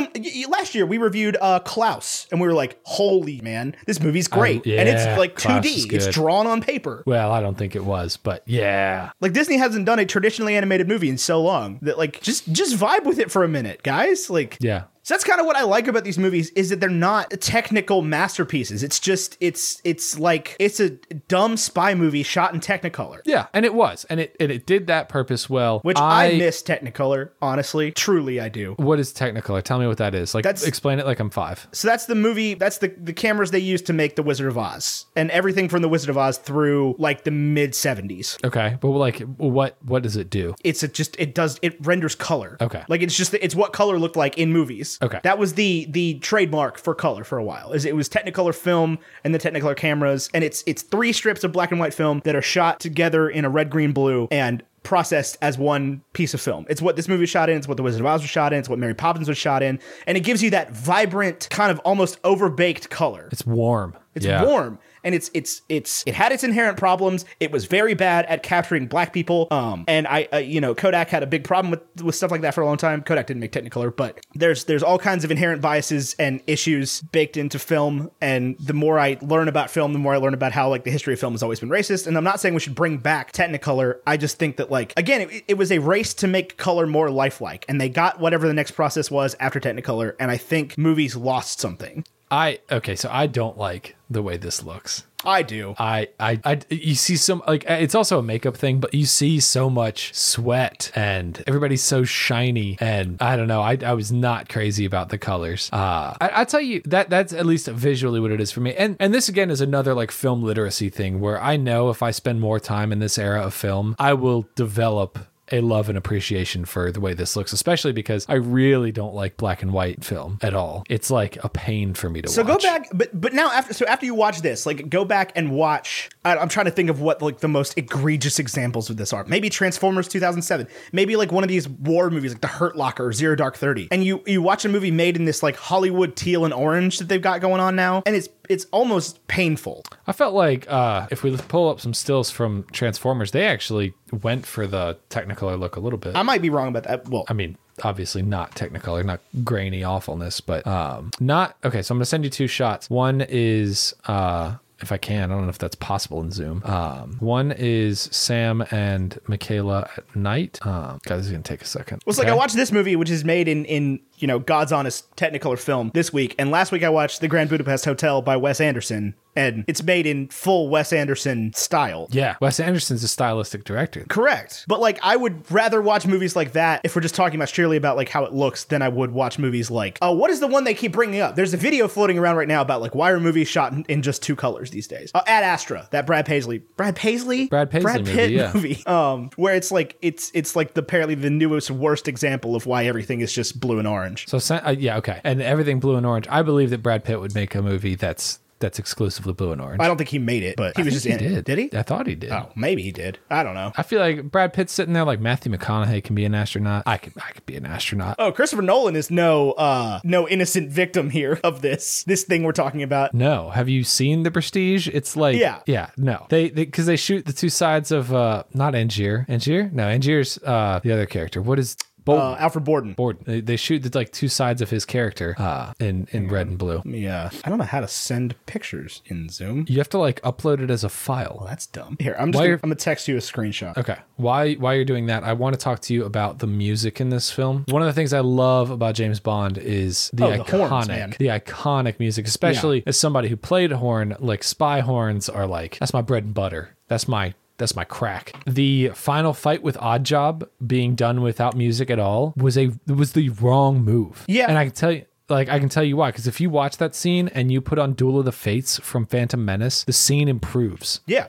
S3: last year we reviewed uh, Klaus, and we were like, holy man, this movie's great, and
S2: yeah,
S3: it's like
S2: Klaus
S3: 2D,
S2: is
S3: it's
S2: good.
S3: drawn on paper.
S2: Well, I don't think it was, but yeah.
S3: Like Disney hasn't done a traditionally animated movie in so long that like just just vibe with it for a minute, guys. Like
S2: Yeah.
S3: So that's kind of what I like about these movies is that they're not technical masterpieces. It's just it's it's like it's a dumb spy movie shot in Technicolor.
S2: Yeah, and it was. And it and it did that purpose well.
S3: which I, miss Technicolor, honestly. Truly, I do.
S2: What is Technicolor? Tell me what that is. Like
S3: That's-
S2: explain it like I'm 5.
S3: So that's the movie. That's the the cameras they used to make The Wizard of Oz, and everything from The Wizard of Oz through like the mid '70s.
S2: Okay. But like what what does it do?
S3: It's a just it does it renders color.
S2: Okay.
S3: like it's just it's what color looked like in movies.
S2: Okay.
S3: that was the the trademark for color for a while. Is it was Technicolor film and the Technicolor cameras, and it's it's three strips of black and white film that are shot together in a red, green, blue, and processed as one piece of film. It's what this movie was shot in, it's what The Wizard of Oz was shot in, it's what Mary Poppins was shot in, and it gives you that vibrant kind of almost overbaked color.
S2: It's warm.
S3: It's warm, and it's it's it's it had its inherent problems. It was very bad at capturing black people. Um, and I, uh, you know, Kodak had a big problem with with stuff like that for a long time. Kodak didn't make Technicolor, but there's there's all kinds of inherent biases and issues baked into film. And the more I learn about film, the more I learn about how like the history of film has always been racist. And I'm not saying we should bring back Technicolor. I just think that like again, it, it was a race to make color more lifelike, and they got whatever the next process was after Technicolor. And I think movies lost something.
S2: I okay, so I don't like the way this looks.
S3: I do.
S2: I, I, I, you see some like uh, it's also a makeup thing, but you see so much sweat and everybody's so shiny, and I don't know. I, I was not crazy about the colors. Uh, I, I tell you that that's at least visually what it is for me. And and this again is another like film literacy thing where I know if I spend more time in this era of film, I will develop a love and appreciation for the way this looks, especially because I really don't like black and white film at all. It's like a pain for me to
S3: So
S2: watch.
S3: go back, but but now after so after you watch this, like go back and watch. I, I'm trying to think of what like the most egregious examples of this are. Maybe Transformers 2007. Maybe like one of these war movies, like The Hurt Locker or Zero Dark Thirty. And you you watch a movie made in this like Hollywood teal and orange that they've got going on now, and it's it's almost painful.
S2: I felt like uh, if we pull up some stills from Transformers, they actually went for the Technicolor look a little bit.
S3: I might be wrong about that. Well,
S2: I mean, obviously not Technicolor, not grainy awfulness, but um, not okay. So I'm gonna send you two shots. One is uh, if I can, I don't know if that's possible in Zoom. Um, one is Sam and Michaela at night. Um, God, this is gonna take a second.
S3: Well, it's like I watched this movie, which is made in in you know God's honest Technicolor film this week, and last week I watched The Grand Budapest Hotel by Wes Anderson, and it's made in full Wes Anderson style.
S2: Yeah, Wes Anderson's a stylistic director.
S3: Correct. But like I would rather watch movies like that if we're just talking about purely about like how it looks than I would watch movies like oh what is the one they keep bringing up? There's a video floating around right now about like why are movies shot in, in just two colors these days? Uh, Ad Astra, that Brad Paisley, Brad Paisley,
S2: Brad Paisley
S3: Brad
S2: movie,
S3: Pitt
S2: yeah.
S3: movie, um, where it's like it's it's like the, apparently the newest worst example of why everything is just blue and orange.
S2: So Sa- uh, yeah, okay, and everything blue and orange. I believe that Brad Pitt would make a movie that's that's exclusively blue and orange.
S3: I don't think he made it, but he
S2: I
S3: was
S2: think
S3: just in
S2: did.
S3: it. Did he?
S2: I thought he did.
S3: Oh, maybe he did. I don't know.
S2: I feel like Brad Pitt's sitting there like Matthew McConaughey can be an astronaut. I could I could be an astronaut.
S3: Oh, Christopher Nolan is no uh no innocent victim here of this this thing we're talking about.
S2: No, have you seen The Prestige? It's like
S3: Yeah.
S2: yeah, no. They because they, shoot the two sides of uh not Angier, Angier, no, Angier's uh the other character. What is Bolton?
S3: Uh, Alfred Borden.
S2: Borden. They, they shoot the, like two sides of his character uh in in red and blue.
S3: Yeah, uh, I don't know how to send pictures in Zoom.
S2: You have to like upload it as a file.
S3: Well, that's dumb. Here, I'm just
S2: Why
S3: gonna,
S2: are-
S3: I'm gonna text you a screenshot.
S2: Okay. Why why you're doing that? I want to talk to you about the music in this film. One of the things I love about James Bond is the
S3: Oh, the
S2: iconic
S3: horns, man.
S2: the iconic music, especially as somebody who played horn, like spy horns are like that's my bread and butter. That's my that's my crack. The final fight with Oddjob being done without music at all was a was the wrong move.
S3: Yeah.
S2: And I can tell you like I can tell you why because if you watch that scene and you put on Duel of the Fates from Phantom Menace, the scene improves.
S3: Yeah,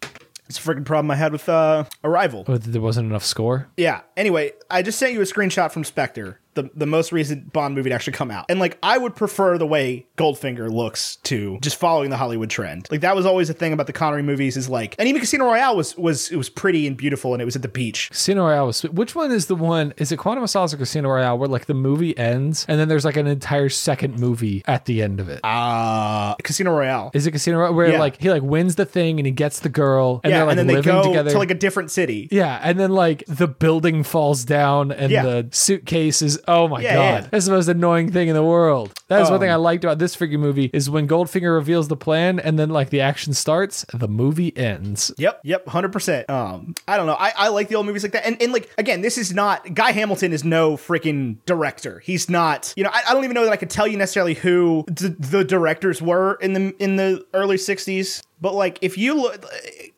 S3: it's a freaking problem I had with uh Arrival.
S2: But there wasn't enough score.
S3: Yeah. Anyway, I just sent you a screenshot from Spectre, the the most recent Bond movie to actually come out. And like I would prefer the way Goldfinger looks to just following the Hollywood trend. Like that was always the thing about the Connery movies is like and even Casino Royale was was it was pretty and beautiful and it was at the beach.
S2: Casino Royale was. Which one is the one? Is it Quantum of Solace or Casino Royale where like the movie ends and then there's like an entire second movie at the end of it? Is
S3: Uh Casino Royale.
S2: it Casino Royale where
S3: Yeah.
S2: like he like wins the thing and he gets the girl and
S3: yeah,
S2: they're like
S3: and then they
S2: living
S3: go
S2: together?
S3: to like a different city.
S2: yeah, and then like the building falls down and
S3: Yeah.
S2: the suitcase is oh my
S3: Yeah,
S2: god.
S3: yeah.
S2: That's the most annoying thing in the world. That is one thing I
S3: Um,
S2: liked about this freaking movie is when Goldfinger reveals the plan and then like the action starts, the movie ends.
S3: Yep, yep, hundred percent. Um, I don't know. I, I like the old movies like that, and and like again, this is not Guy Hamilton is no freaking director. He's not. You know, I, I don't even know that I could tell you necessarily who the, the directors were in the in the early '60s. But like, if you look,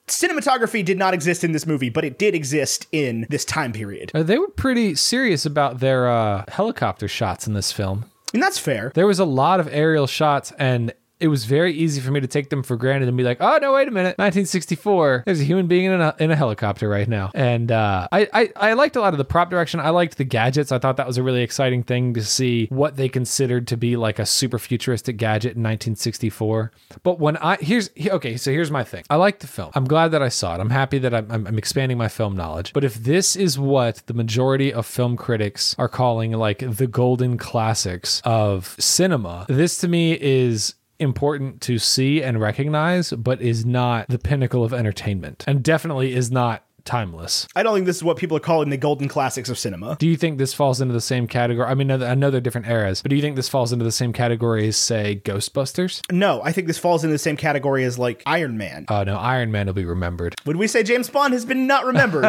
S3: cinematography did not exist in this movie, but it did exist in this time period,
S2: Uh, They were pretty serious about their uh, helicopter shots in this film.
S3: and that's fair.
S2: there was a lot of aerial shots and it was very easy for me to take them for granted and be like, "Oh no, wait a minute, 1964. There's a human being in a, in a helicopter right now." And uh, I, I I liked a lot of the prop direction. I liked the gadgets. I thought that was a really exciting thing to see what they considered to be like a super futuristic gadget in 1964. But when I here's he- okay, so here's my thing. I like the film. I'm glad that I saw it. I'm happy that I'm, I'm, I'm expanding my film knowledge. But if this is what the majority of film critics are calling like the golden classics of cinema, this to me is important to see and recognize, but is not the pinnacle of entertainment and definitely is not timeless.
S3: I don't think this is what people are calling the golden classics of cinema.
S2: Do you think this falls into the same category? I mean, I know they're different eras, but do you think this falls into the same category as, say, Ghostbusters?
S3: No, I think this falls into the same category as like Iron Man.
S2: Oh, no, Iron Man will be remembered.
S3: Would we say James Bond has been not remembered?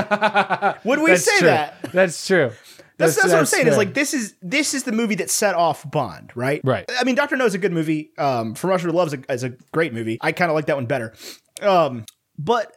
S3: Would we say
S2: true.
S3: that?
S2: That's true.
S3: That's, that's, what I'm saying. Is
S2: fair.
S3: like this is this is the movie that set off Bond, right?
S2: Right.
S3: I mean, Doctor No is a good movie. Um, From Russia with Love is a, is a great movie. I kind of like that one better. Um, but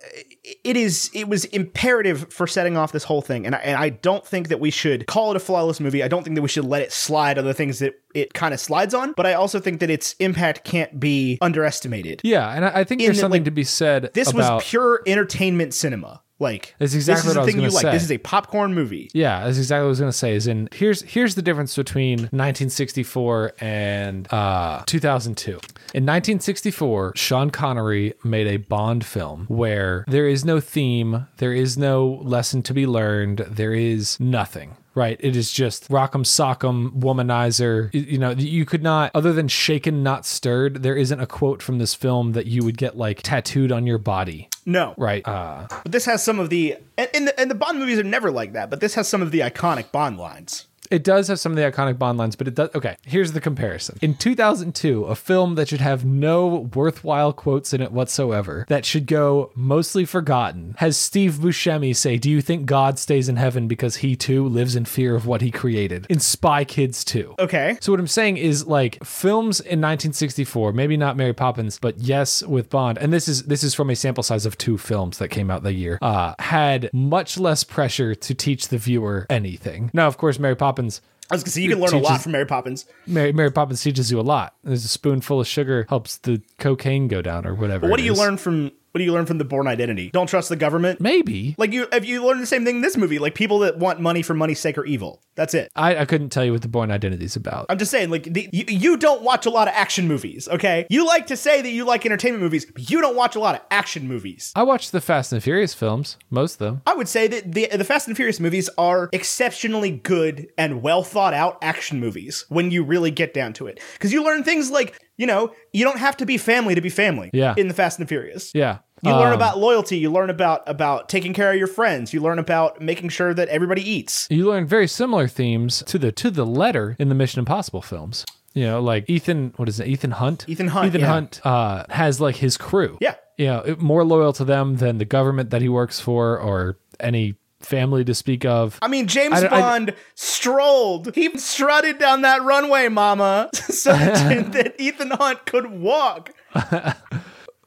S3: it is it was imperative for setting off this whole thing, and I, and I don't think that we should call it a flawless movie. I don't think that we should let it slide on the things that it kind of slides on. But I also think that its impact can't be underestimated.
S2: yeah, and I, I think
S3: In
S2: there's
S3: that,
S2: something
S3: like,
S2: to be said.
S3: This
S2: about-
S3: was pure entertainment cinema. Like
S2: That's exactly
S3: this is
S2: what I
S3: the
S2: was
S3: thing you
S2: gonna
S3: like. This
S2: say.
S3: is a popcorn movie.
S2: Yeah, that's exactly what I was gonna say. Is in here's here's the difference between 1964 and uh, 2002. In 1964, Sean Connery made a Bond film where there is no theme, there is no lesson to be learned, there is nothing. Right, it is just rock'em sock'em womanizer. You- You know, you could not, other than shaken not stirred. There isn't a quote from this film that you would get like tattooed on your body.
S3: No,
S2: Right, uh,
S3: But this has some of the and, and the and the Bond movies are never like that. But this has some of the iconic Bond lines.
S2: It does have some of the iconic Bond lines, but it does. Okay, here's the comparison. In 2002, a film that should have no worthwhile quotes in it whatsoever, that should go mostly forgotten, has Steve Buscemi say, Do you think God stays in heaven because he too lives in fear of what he created? In Spy Kids 2.
S3: Okay,
S2: So what I'm saying is like films in 1964, maybe not Mary Poppins, but yes with Bond, and this is this is from a sample size of two films that came out that year, uh, had much less pressure to teach the viewer anything. Now, of course, Mary Poppins.
S3: I was gonna say you can learn a lot
S2: Teaches-
S3: from Mary Poppins.
S2: Mary, Mary Poppins teaches you a lot. There's a spoonful of sugar helps the cocaine go down or whatever.
S3: What
S2: it
S3: do you
S2: is.
S3: learn from What do you learn from the Born Identity? Don't trust the government.
S2: Maybe
S3: Like you, if you learn the same thing in this movie, like people that want money for money's sake are evil. That's it.
S2: I, I couldn't tell you what the Born Identity is about.
S3: I'm just saying, like, the, you, you don't watch a lot of action movies, okay? You like to say that you like entertainment movies, but you don't watch a lot of action movies.
S2: I watched the Fast and Furious films, most of them.
S3: I would say that the the Fast and Furious movies are exceptionally good and well thought out action movies when you really get down to it, because you learn things like you know you don't have to be family to be family.
S2: Yeah.
S3: In the Fast and Furious.
S2: Yeah.
S3: You
S2: Um,
S3: learn about loyalty. You learn about about taking care of your friends. You learn about making sure that everybody eats.
S2: you learn very similar themes to the to the letter in the Mission Impossible films. You know, like Ethan, what is it? Ethan Hunt.
S3: Ethan Hunt,
S2: Ethan
S3: yeah.
S2: Hunt uh, has like his crew.
S3: Yeah.
S2: You know, it- more loyal to them than the government that he works for or any family to speak of.
S3: I mean, James
S2: I don't- I-
S3: Bond strolled. He strutted down that runway, Mama, so that, that Ethan Hunt could walk.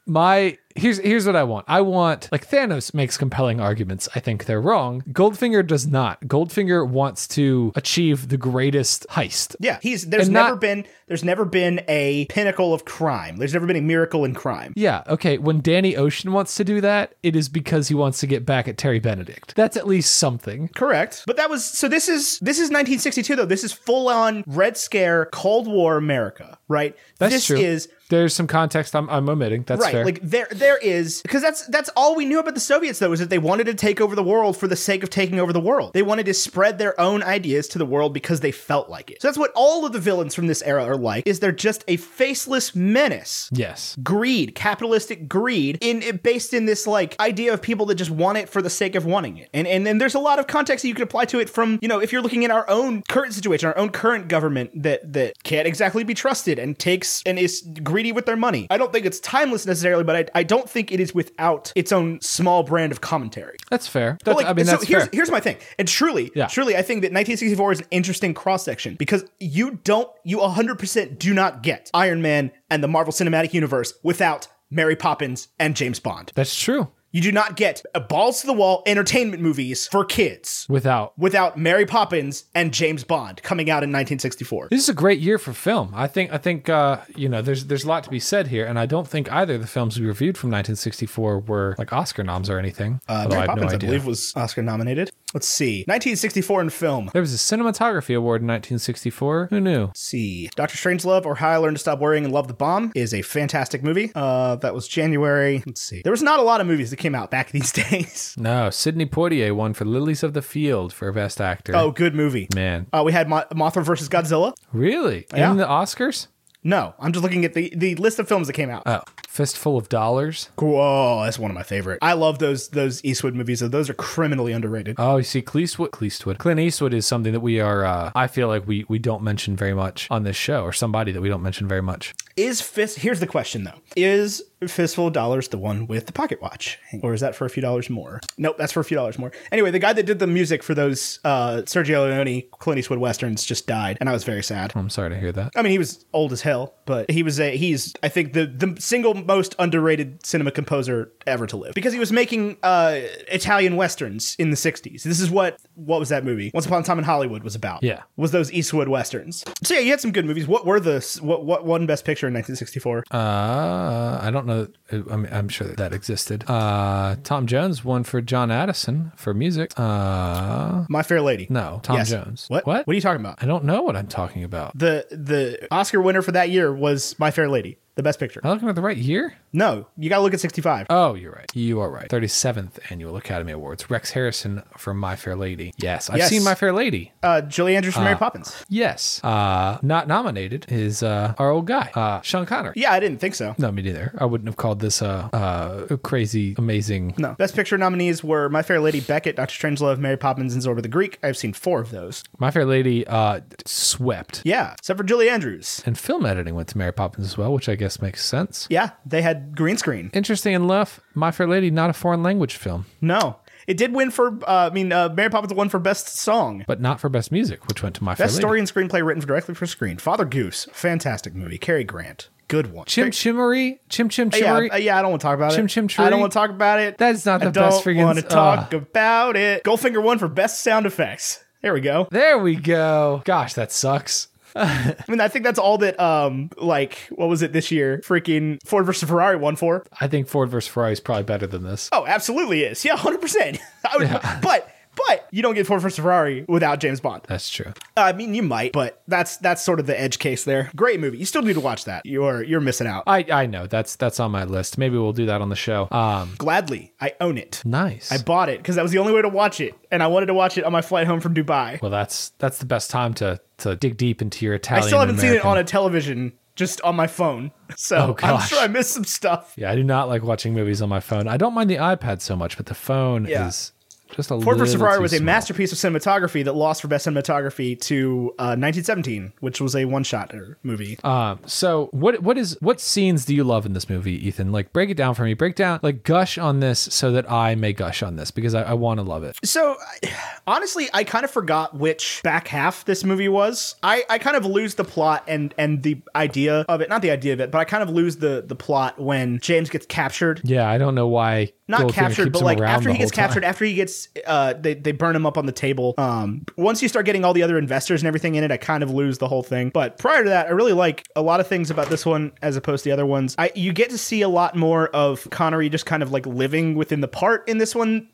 S2: My here's here's what I want. I want like Thanos makes compelling arguments. I think they're wrong. Goldfinger does not. Goldfinger wants to achieve the greatest heist.
S3: Yeah, he's there's
S2: And
S3: never
S2: not-
S3: been there's never been a pinnacle of crime. There's never been a miracle in crime.
S2: Yeah, okay. When Danny Ocean wants to do that, it is because he wants to get back at Terry Benedict. That's at least something.
S3: Correct. But that was so this is this is 1962 though. This is full on Red Scare Cold War America, right?
S2: That's
S3: this
S2: true.
S3: is
S2: There's some context I'm, I'm omitting. That's
S3: right.
S2: fair.
S3: Like there there is because that's that's all we knew about the Soviets though is that they wanted to take over the world for the sake of taking over the world. They wanted to spread their own ideas to the world because they felt like it. So that's what all of the villains from this era are like is they're just a faceless menace.
S2: yes.
S3: greed, capitalistic greed, in in- based in this like idea of people that just want it for the sake of wanting it. And and then there's a lot of context that you can apply to it from you know if you're looking at our own current situation, our own current government that that can't exactly be trusted and takes and is greedy with their money. I don't think it's timeless necessarily, but I, I don't think it is without its own small brand of commentary.
S2: That's fair.
S3: But,
S2: That's, I mean,
S3: so
S2: that's
S3: here's
S2: fair.
S3: here's my thing, and truly,
S2: Yeah.
S3: truly, I think that 1964 is an interesting cross section because you don't, you 100 percent do not get Iron Man and the Marvel Cinematic Universe without Mary Poppins and James Bond.
S2: that's true.
S3: You do not get a balls to the wall entertainment movies for kids
S2: Without.
S3: without Mary Poppins and James Bond coming out in 1964.
S2: This is a great year for film. I think I think uh, you know there's there's a lot to be said here, and I don't think either of the films we reviewed from 1964 were like Oscar noms or anything.
S3: Uh,
S2: although Oh,
S3: Mary
S2: I have
S3: Poppins,
S2: no
S3: I
S2: idea.
S3: believe, was Oscar nominated. Let's see, 1964 in film.
S2: there was a cinematography award in 1964. Who knew?
S3: see. Doctor Strangelove or How I Learned to Stop Worrying and Love the Bomb is a fantastic movie. Uh, that was January. Let's see. There was not a lot of movies that came out back these days.
S2: No, Sidney Poitier won for Lilies of the Field for best actor.
S3: oh, good movie.
S2: man,
S3: Uh, we had Mo- Mothra versus Godzilla.
S2: really?
S3: Yeah.
S2: In the Oscars?
S3: No, I'm just looking at the, the list of films that came out.
S2: Oh, fistful of dollars.
S3: Whoa, that's one of my favorite. I love those those Eastwood movies. though. Those are criminally underrated.
S2: Oh, you see, Cleastwood, Cleastwood, Clint Eastwood is something that we are. Uh, I feel like we we don't mention very much on this show, or somebody that we don't mention very much.
S3: Is fist? Here's the question though: Is Fistful of Dollars the one with the pocket watch, or is that for a few dollars more? Nope, that's for a few dollars more. Anyway, the guy that did the music for those uh, Sergio Leone, Clint Eastwood westerns just died, and I was very sad.
S2: I'm sorry to hear that.
S3: I mean, he was old as hell, but he was a he's I think the the single most underrated cinema composer ever to live because he was making uh, Italian westerns in the '60s. This is what what was that movie? Once Upon a Time in Hollywood was about.
S2: Yeah.
S3: was those Eastwood westerns. So yeah, you had some good movies. What were the what what won Best Picture in 1964?
S2: Uh, I don't know. I'm, I'm sure that, that existed. Uh, Tom Jones won for John Addison for music. Uh,
S3: My Fair Lady.
S2: no, Tom
S3: Yes.
S2: Jones.
S3: What?
S2: What?
S3: What are you talking about?
S2: I don't know what I'm talking about.
S3: The the Oscar winner for that year was My Fair Lady, the Best Picture.
S2: Am I looking at the right year?
S3: No, you got to look at 65.
S2: Oh, you're right. You are right. 37th Annual Academy Awards. Rex Harrison for My Fair Lady. Yes, I've
S3: Yes.
S2: seen My Fair Lady.
S3: Uh, Julie Andrews
S2: Ah.
S3: from Mary Poppins.
S2: Yes. Uh, not nominated is uh, our old guy, uh, Sean Connery.
S3: Yeah, I didn't think so.
S2: No, me neither. I wouldn't have called this uh, uh, crazy, amazing.
S3: No. Best Picture nominees were My Fair Lady, Beckett, Doctor Strangelove, Mary Poppins, and Zorba the Greek. I've seen four of those.
S2: My Fair Lady uh, swept.
S3: Yeah, except for Julie Andrews.
S2: And film editing went to Mary Poppins as well, which I guess makes sense.
S3: Yeah, they had green screen.
S2: Interesting enough, My Fair Lady, not a foreign language film,
S3: No, it did win for. Uh, I mean, uh, Mary Poppins won for best song.
S2: but not for best music, which went to My Fair
S3: Best
S2: Lady.
S3: story and screenplay written directly for screen. Father Goose, fantastic movie. Cary Grant, good one.
S2: Chim Chimmery? Chim Chim
S3: yeah,
S2: Chimmery?
S3: uh, yeah, I don't want to talk about
S2: Chim
S3: it.
S2: Chim
S3: I
S2: Chirrut?
S3: don't want to talk about it.
S2: That's not
S3: I
S2: the best
S3: don't
S2: friggin'
S3: want to
S2: uh,
S3: talk about it. Goldfinger won for best sound effects. There we go.
S2: There we go. Gosh, that sucks.
S3: I mean, I think that's all that. Um, like, what was it this year? Freaking Ford versus Ferrari won for.
S2: I think Ford versus Ferrari is probably better than this.
S3: Oh, absolutely is. Yeah, hundred percent. I would, but But you don't get Ford vs Ferrari without James Bond.
S2: That's true.
S3: I mean, you might, but that's that's sort of the edge case there. Great movie. You still need to watch that. You're you're missing out.
S2: I I know that's that's on my list. Maybe we'll do that on the show. Um,
S3: Gladly, I own it.
S2: nice.
S3: I bought it because that was the only way to watch it, and I wanted to watch it on my flight home from Dubai.
S2: well, that's that's the best time to to dig deep into your
S3: I
S2: Italian.
S3: still haven't seen it
S2: American.
S3: on a television, just on my phone. So
S2: Oh,
S3: I'm
S2: gosh.
S3: sure I missed some stuff.
S2: Yeah, I do not like watching movies on my phone. I don't mind the iPad so much, but the phone
S3: Yeah.
S2: is just a
S3: Ford
S2: little.
S3: vs. Ferrari
S2: too
S3: was a
S2: small.
S3: masterpiece of cinematography that lost for best cinematography to uh, 1917, which was a one-shotter movie.
S2: Um, so what what is what scenes do you love in this movie, Ethan? Like break it down for me. Break down like gush on this so that I may gush on this because I, I want to love it.
S3: So, I- honestly, I kind of forgot which back half this movie was. I, I kind of lose the plot and and the idea of it. Not the idea of it, but I kind of lose the the plot when James gets captured.
S2: Yeah, I don't know why.
S3: Not
S2: Goldfinger
S3: captured,
S2: keeps
S3: but
S2: him
S3: like
S2: around
S3: after
S2: the
S3: he gets
S2: whole time.
S3: captured, after he gets, uh, they they burn him up on the table. Um, once you start getting all the other investors and everything in it, I kind of lose the whole thing. But prior to that, I really like a lot of things about this one as opposed to the other ones. I you get to see a lot more of Connery just kind of like living within the part in this one,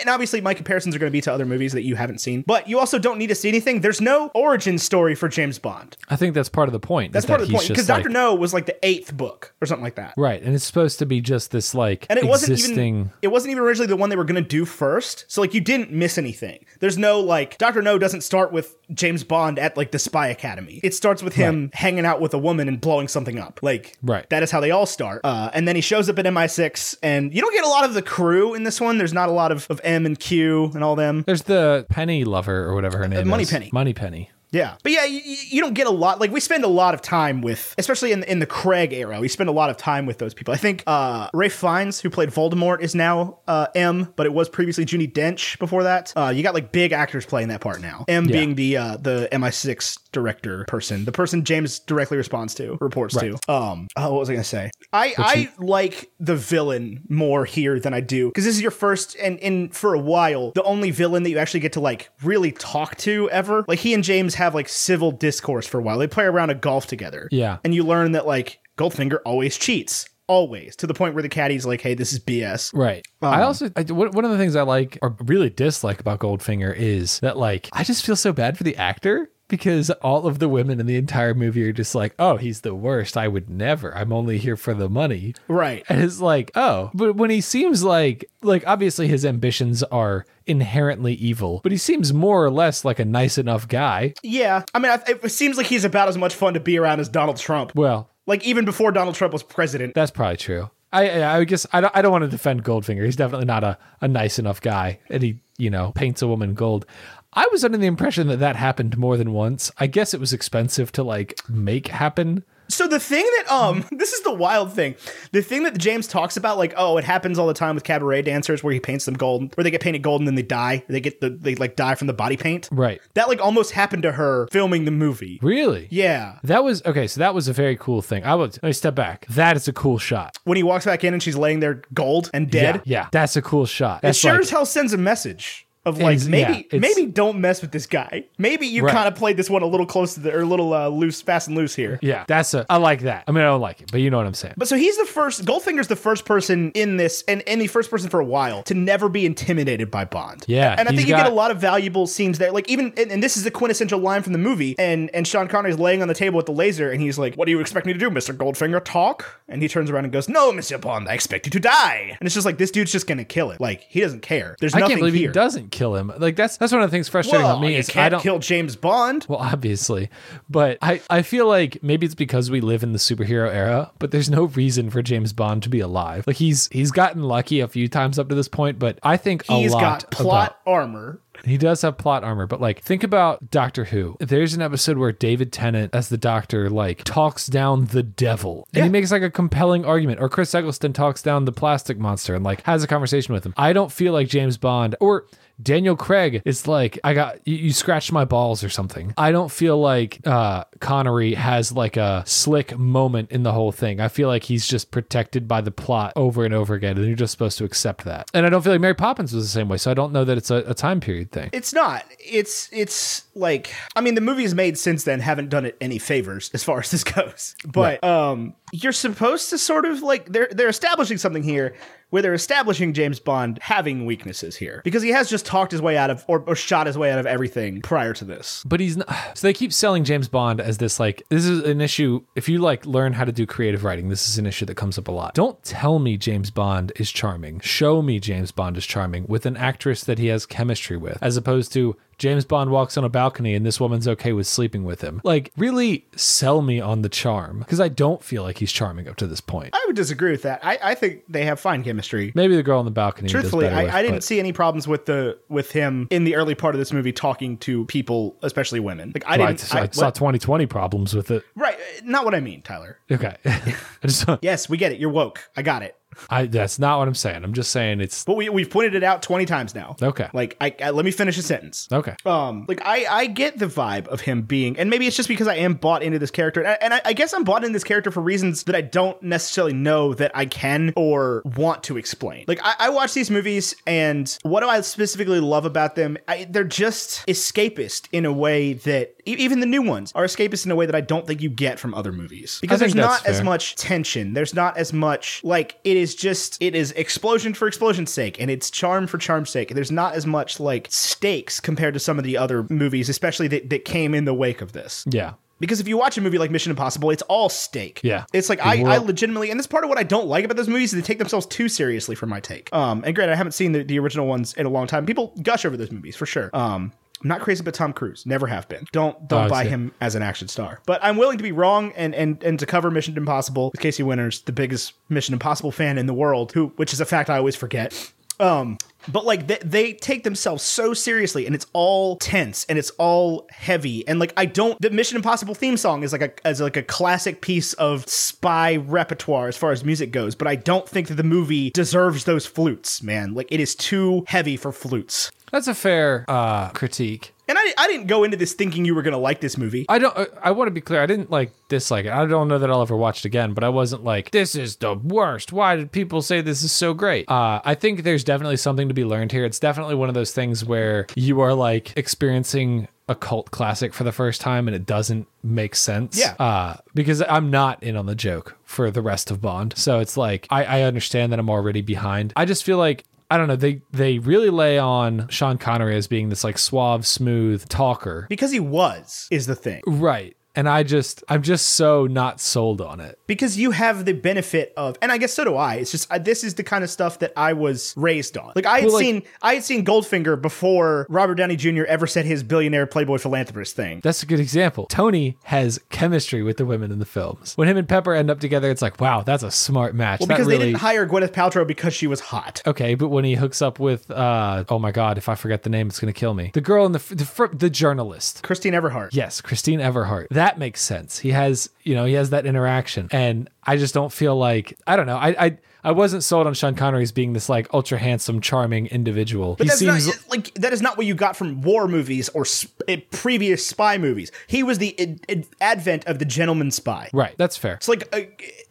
S3: and obviously my comparisons are going to be to other movies that you haven't seen. But you also don't need to see anything. There's no origin story for James Bond.
S2: I think that's part of the point.
S3: That's
S2: is
S3: part
S2: that
S3: of the point
S2: he's
S3: because
S2: just, like-
S3: Doctor No was like the eighth book or something like that.
S2: Right, and it's supposed to be just this like
S3: and it wasn't
S2: existing.
S3: even it wasn't even originally the one they were going to do first so like you didn't miss anything there's no like dr no doesn't start with james bond at like the spy academy it starts with him hanging out with a woman and blowing something up like
S2: Right.
S3: that is how they all start uh, and then he shows up at mi6 and you don't get a lot of the crew in this one there's not a lot of, of m and q and all them
S2: There's the Penny lover or
S3: Uh,
S2: whatever her name is.
S3: Moneypenny.
S2: Money Penny.
S3: yeah but yeah you, you don't get a lot like we spend a lot of time with especially in, in the craig era we spend a lot of time with those people i think uh ray fines who played voldemort is now uh m but it was previously junie dench before that uh you got like big actors playing that part now m
S2: Yeah.
S3: being the uh the mi6 director person the person james directly responds to reports to um oh what was i gonna say i i like the villain more here than i do because this is your first and in for a while the only villain that you actually get to like really talk to ever like he and james have like civil discourse for a while they play around a golf together
S2: Yeah.
S3: and you learn that like goldfinger always cheats always to the point where the caddy's like hey this is bs
S2: Right. I also I, one one of the things I like or really dislike about Goldfinger is that like I just feel so bad for the actor because all of the women in the entire movie are just like, "Oh, he's the worst. I would never. I'm only here for the money."
S3: right
S2: And it's like, "Oh, but when he seems like like obviously his ambitions are inherently evil, but he seems more or less like a nice enough guy."
S3: yeah i mean I, it seems like he's about as much fun to be around as donald trump
S2: Well,
S3: like even before donald trump was president
S2: That's probably true. I I I guess I don't, I don't want to defend Goldfinger. He's definitely not a, a nice enough guy, and he you know paints a woman gold. I was under the impression that that happened more than once. I guess it was expensive to like make happen.
S3: So the thing that um
S2: Mm-hmm.
S3: this is the wild thing. The thing that James talks about like oh it happens all the time with cabaret dancers where he paints them gold where they get painted gold and then they die. They get the they like die from the body paint.
S2: Right.
S3: That like almost happened to her filming the movie.
S2: Really?
S3: Yeah.
S2: That was okay. So that was a very cool thing. I would let me step back. That is a cool shot.
S3: When he walks back in and she's laying there gold and dead.
S2: Yeah. Yeah. That's a cool shot.
S3: It
S2: That's
S3: sure
S2: like-
S3: as hell sends a message of like
S2: Ex- yeah,
S3: maybe
S2: it's-
S3: maybe don't mess with this guy. Maybe you
S2: Right.
S3: kind of played this one a little close to the or a little uh, loose fast and loose here.
S2: yeah. That's a. I like that. I mean, I don't like it, but you know what I'm saying.
S3: But so he's the first Goldfinger's the first person in this, and, and the first person for a while to never be intimidated by Bond.
S2: Yeah,
S3: and I
S2: he's
S3: think you get
S2: got-
S3: a lot of valuable scenes there. Like even and, and this is the quintessential line from the movie. And and Sean Connery's laying on the table with the laser, and he's like, "What do you expect me to do, Mister Goldfinger? Talk?" And he turns around and goes, "No, Mister Bond, I expect you to die." And it's just like this dude's just gonna kill it. Like he doesn't care. There's
S2: I
S3: nothing
S2: can't believe
S3: here.
S2: he doesn't kill him. Like that's that's one of the things frustrating
S3: Well,
S2: about me
S3: you
S2: is
S3: can't
S2: I don't
S3: kill James Bond.
S2: Well, obviously, but I, I feel like maybe it's because we live in the superhero era, but there's no reason for James Bond to be alive. Like he's he's gotten lucky a few times up to this point, but I think
S3: He's
S2: a lot
S3: got plot
S2: about-
S3: armor.
S2: he does have plot armor, but like think about Doctor Who. There's an episode where David Tennant as the Doctor like talks down the devil, and
S3: Yeah.
S2: he makes like a compelling argument, or Chris Eggleston talks down the plastic monster and like has a conversation with him. I don't feel like James Bond or Daniel Craig is like I got you, you scratched my balls or something. I don't feel like uh Connery has like a slick moment in the whole thing. I feel like he's just protected by the plot over and over again, and you're just supposed to accept that. And I don't feel like Mary Poppins was the same way, so I don't know that it's a, a time period thing.
S3: It's not. It's it's like I mean the movies made since then haven't done it any favors as far as this goes. But um you're supposed to sort of like they're they're establishing something here where they're establishing James Bond having weaknesses here because he has just talked his way out of or, or shot his way out of everything prior to this.
S2: But he's not. So they keep selling James Bond as this like this is an issue. If you like learn how to do creative writing, this is an issue that comes up a lot. Don't tell me James Bond is charming. Show me James Bond is charming with an actress that he has chemistry with, as opposed to James Bond walks on a balcony and this woman's okay with sleeping with him. Like really sell me on the charm because I don't feel like he's charming up to this point.
S3: I would disagree with that. I, I think they have fine chemistry.
S2: Maybe the girl on the balcony. does
S3: Truthfully,
S2: better with,
S3: I, I didn't
S2: but-
S3: see any problems with the with him in the early part of this movie talking to people, especially women. Like I
S2: I,
S3: didn't.
S2: I
S3: I-
S2: saw
S3: what-
S2: 2020 problems with it.
S3: right, not what I mean, Tyler.
S2: Okay, I just,
S3: Yes, we get it. You're woke. I got it.
S2: I, that's not what I'm saying. I'm just saying it's
S3: But we we've pointed it out twenty times now.
S2: Okay.
S3: Like I, I let me finish a sentence.
S2: okay.
S3: Um, like I, I get the vibe of him being, and maybe it's just because I am bought into this character, and, I, and I, I guess I'm bought into this character for reasons that I don't necessarily know that I can or want to explain. Like I, I watch these movies, and what do I specifically love about them? I, they're just escapist in a way that e- even the new ones are escapist in a way that I don't think you get from other movies because
S2: think
S3: there's
S2: that's
S3: not as
S2: fair.
S3: much much tension. There's not as much like it is just it is explosion for explosion's sake and it's charm for charm's sake. There's not as much like stakes compared to some of the other movies, especially that, that came in the wake of this.
S2: Yeah.
S3: Because if you watch a movie like Mission Impossible, it's all stake.
S2: Yeah.
S3: It's like I,
S2: world-
S3: I legitimately and that's part of what I don't like about those movies is they take themselves too seriously for my take. Um and granted I haven't seen the, the original ones in a long time. People gush over those movies for sure. Um I'm not crazy about Tom Cruise. Never have been. Don't don't
S2: I
S3: buy
S2: Uh, see.
S3: him as an action star. But I'm willing to be wrong and and and to cover Mission Impossible with Casey Winters, the biggest Mission Impossible fan in the world, who which is a fact I always forget. Um but like they, they take themselves so seriously and it's all tense and it's all heavy and like I don't the Mission Impossible theme song is like a as like a classic piece of spy repertoire as far as music goes but I don't think that the movie deserves those flutes man like it is too heavy for flutes
S2: That's a fair uh, critique.
S3: and I, I didn't go into this thinking you were gonna like this movie
S2: I don't. I, I want to be clear. I didn't like dislike it. I don't know that I'll ever watch it again. But I wasn't like this is the worst. Why did people say this is so great? Uh, I think there's definitely something to be learned here. It's definitely one of those things where you are like experiencing a cult classic for the first time, and it doesn't make sense.
S3: Yeah.
S2: Uh, because I'm not in on the joke for the rest of Bond. So it's like I, I understand that I'm already behind. I just feel like I don't know. They they really lay on Sean Connery as being this like suave, smooth talker.
S3: Because he was, is the thing.
S2: Right. And I just, I'm just so not sold on it.
S3: Because you have the benefit of, and I guess so do I. It's just uh, this is the kind of stuff that I was raised on. Like I had
S2: Well, like-
S3: seen, I had seen Goldfinger before Robert Downey Jr. ever said his billionaire playboy philanthropist thing.
S2: That's a good example. Tony has chemistry with the women in the films. When him and Pepper end up together, it's like, wow, that's a smart match.
S3: Well,
S2: That
S3: because they
S2: really-
S3: didn't hire Gwyneth Paltrow because she was hot.
S2: Okay, but when he hooks up with, uh, oh my God, if I forget the name, it's going to kill me. The girl in the, f- the, fr- the journalist.
S3: Christine Everhart.
S2: Yes, Christine Everhart. That makes sense. He has, you know, he has that interaction. And I just don't feel like I don't know. I I, I wasn't sold on Sean Connery as being this like ultra handsome, charming individual.
S3: But
S2: he
S3: that's
S2: seems
S3: not like that is not what you got from war movies or sp- eh, previous spy movies. He was the ad- ad- advent of the gentleman spy.
S2: right. That's fair.
S3: It's like, uh,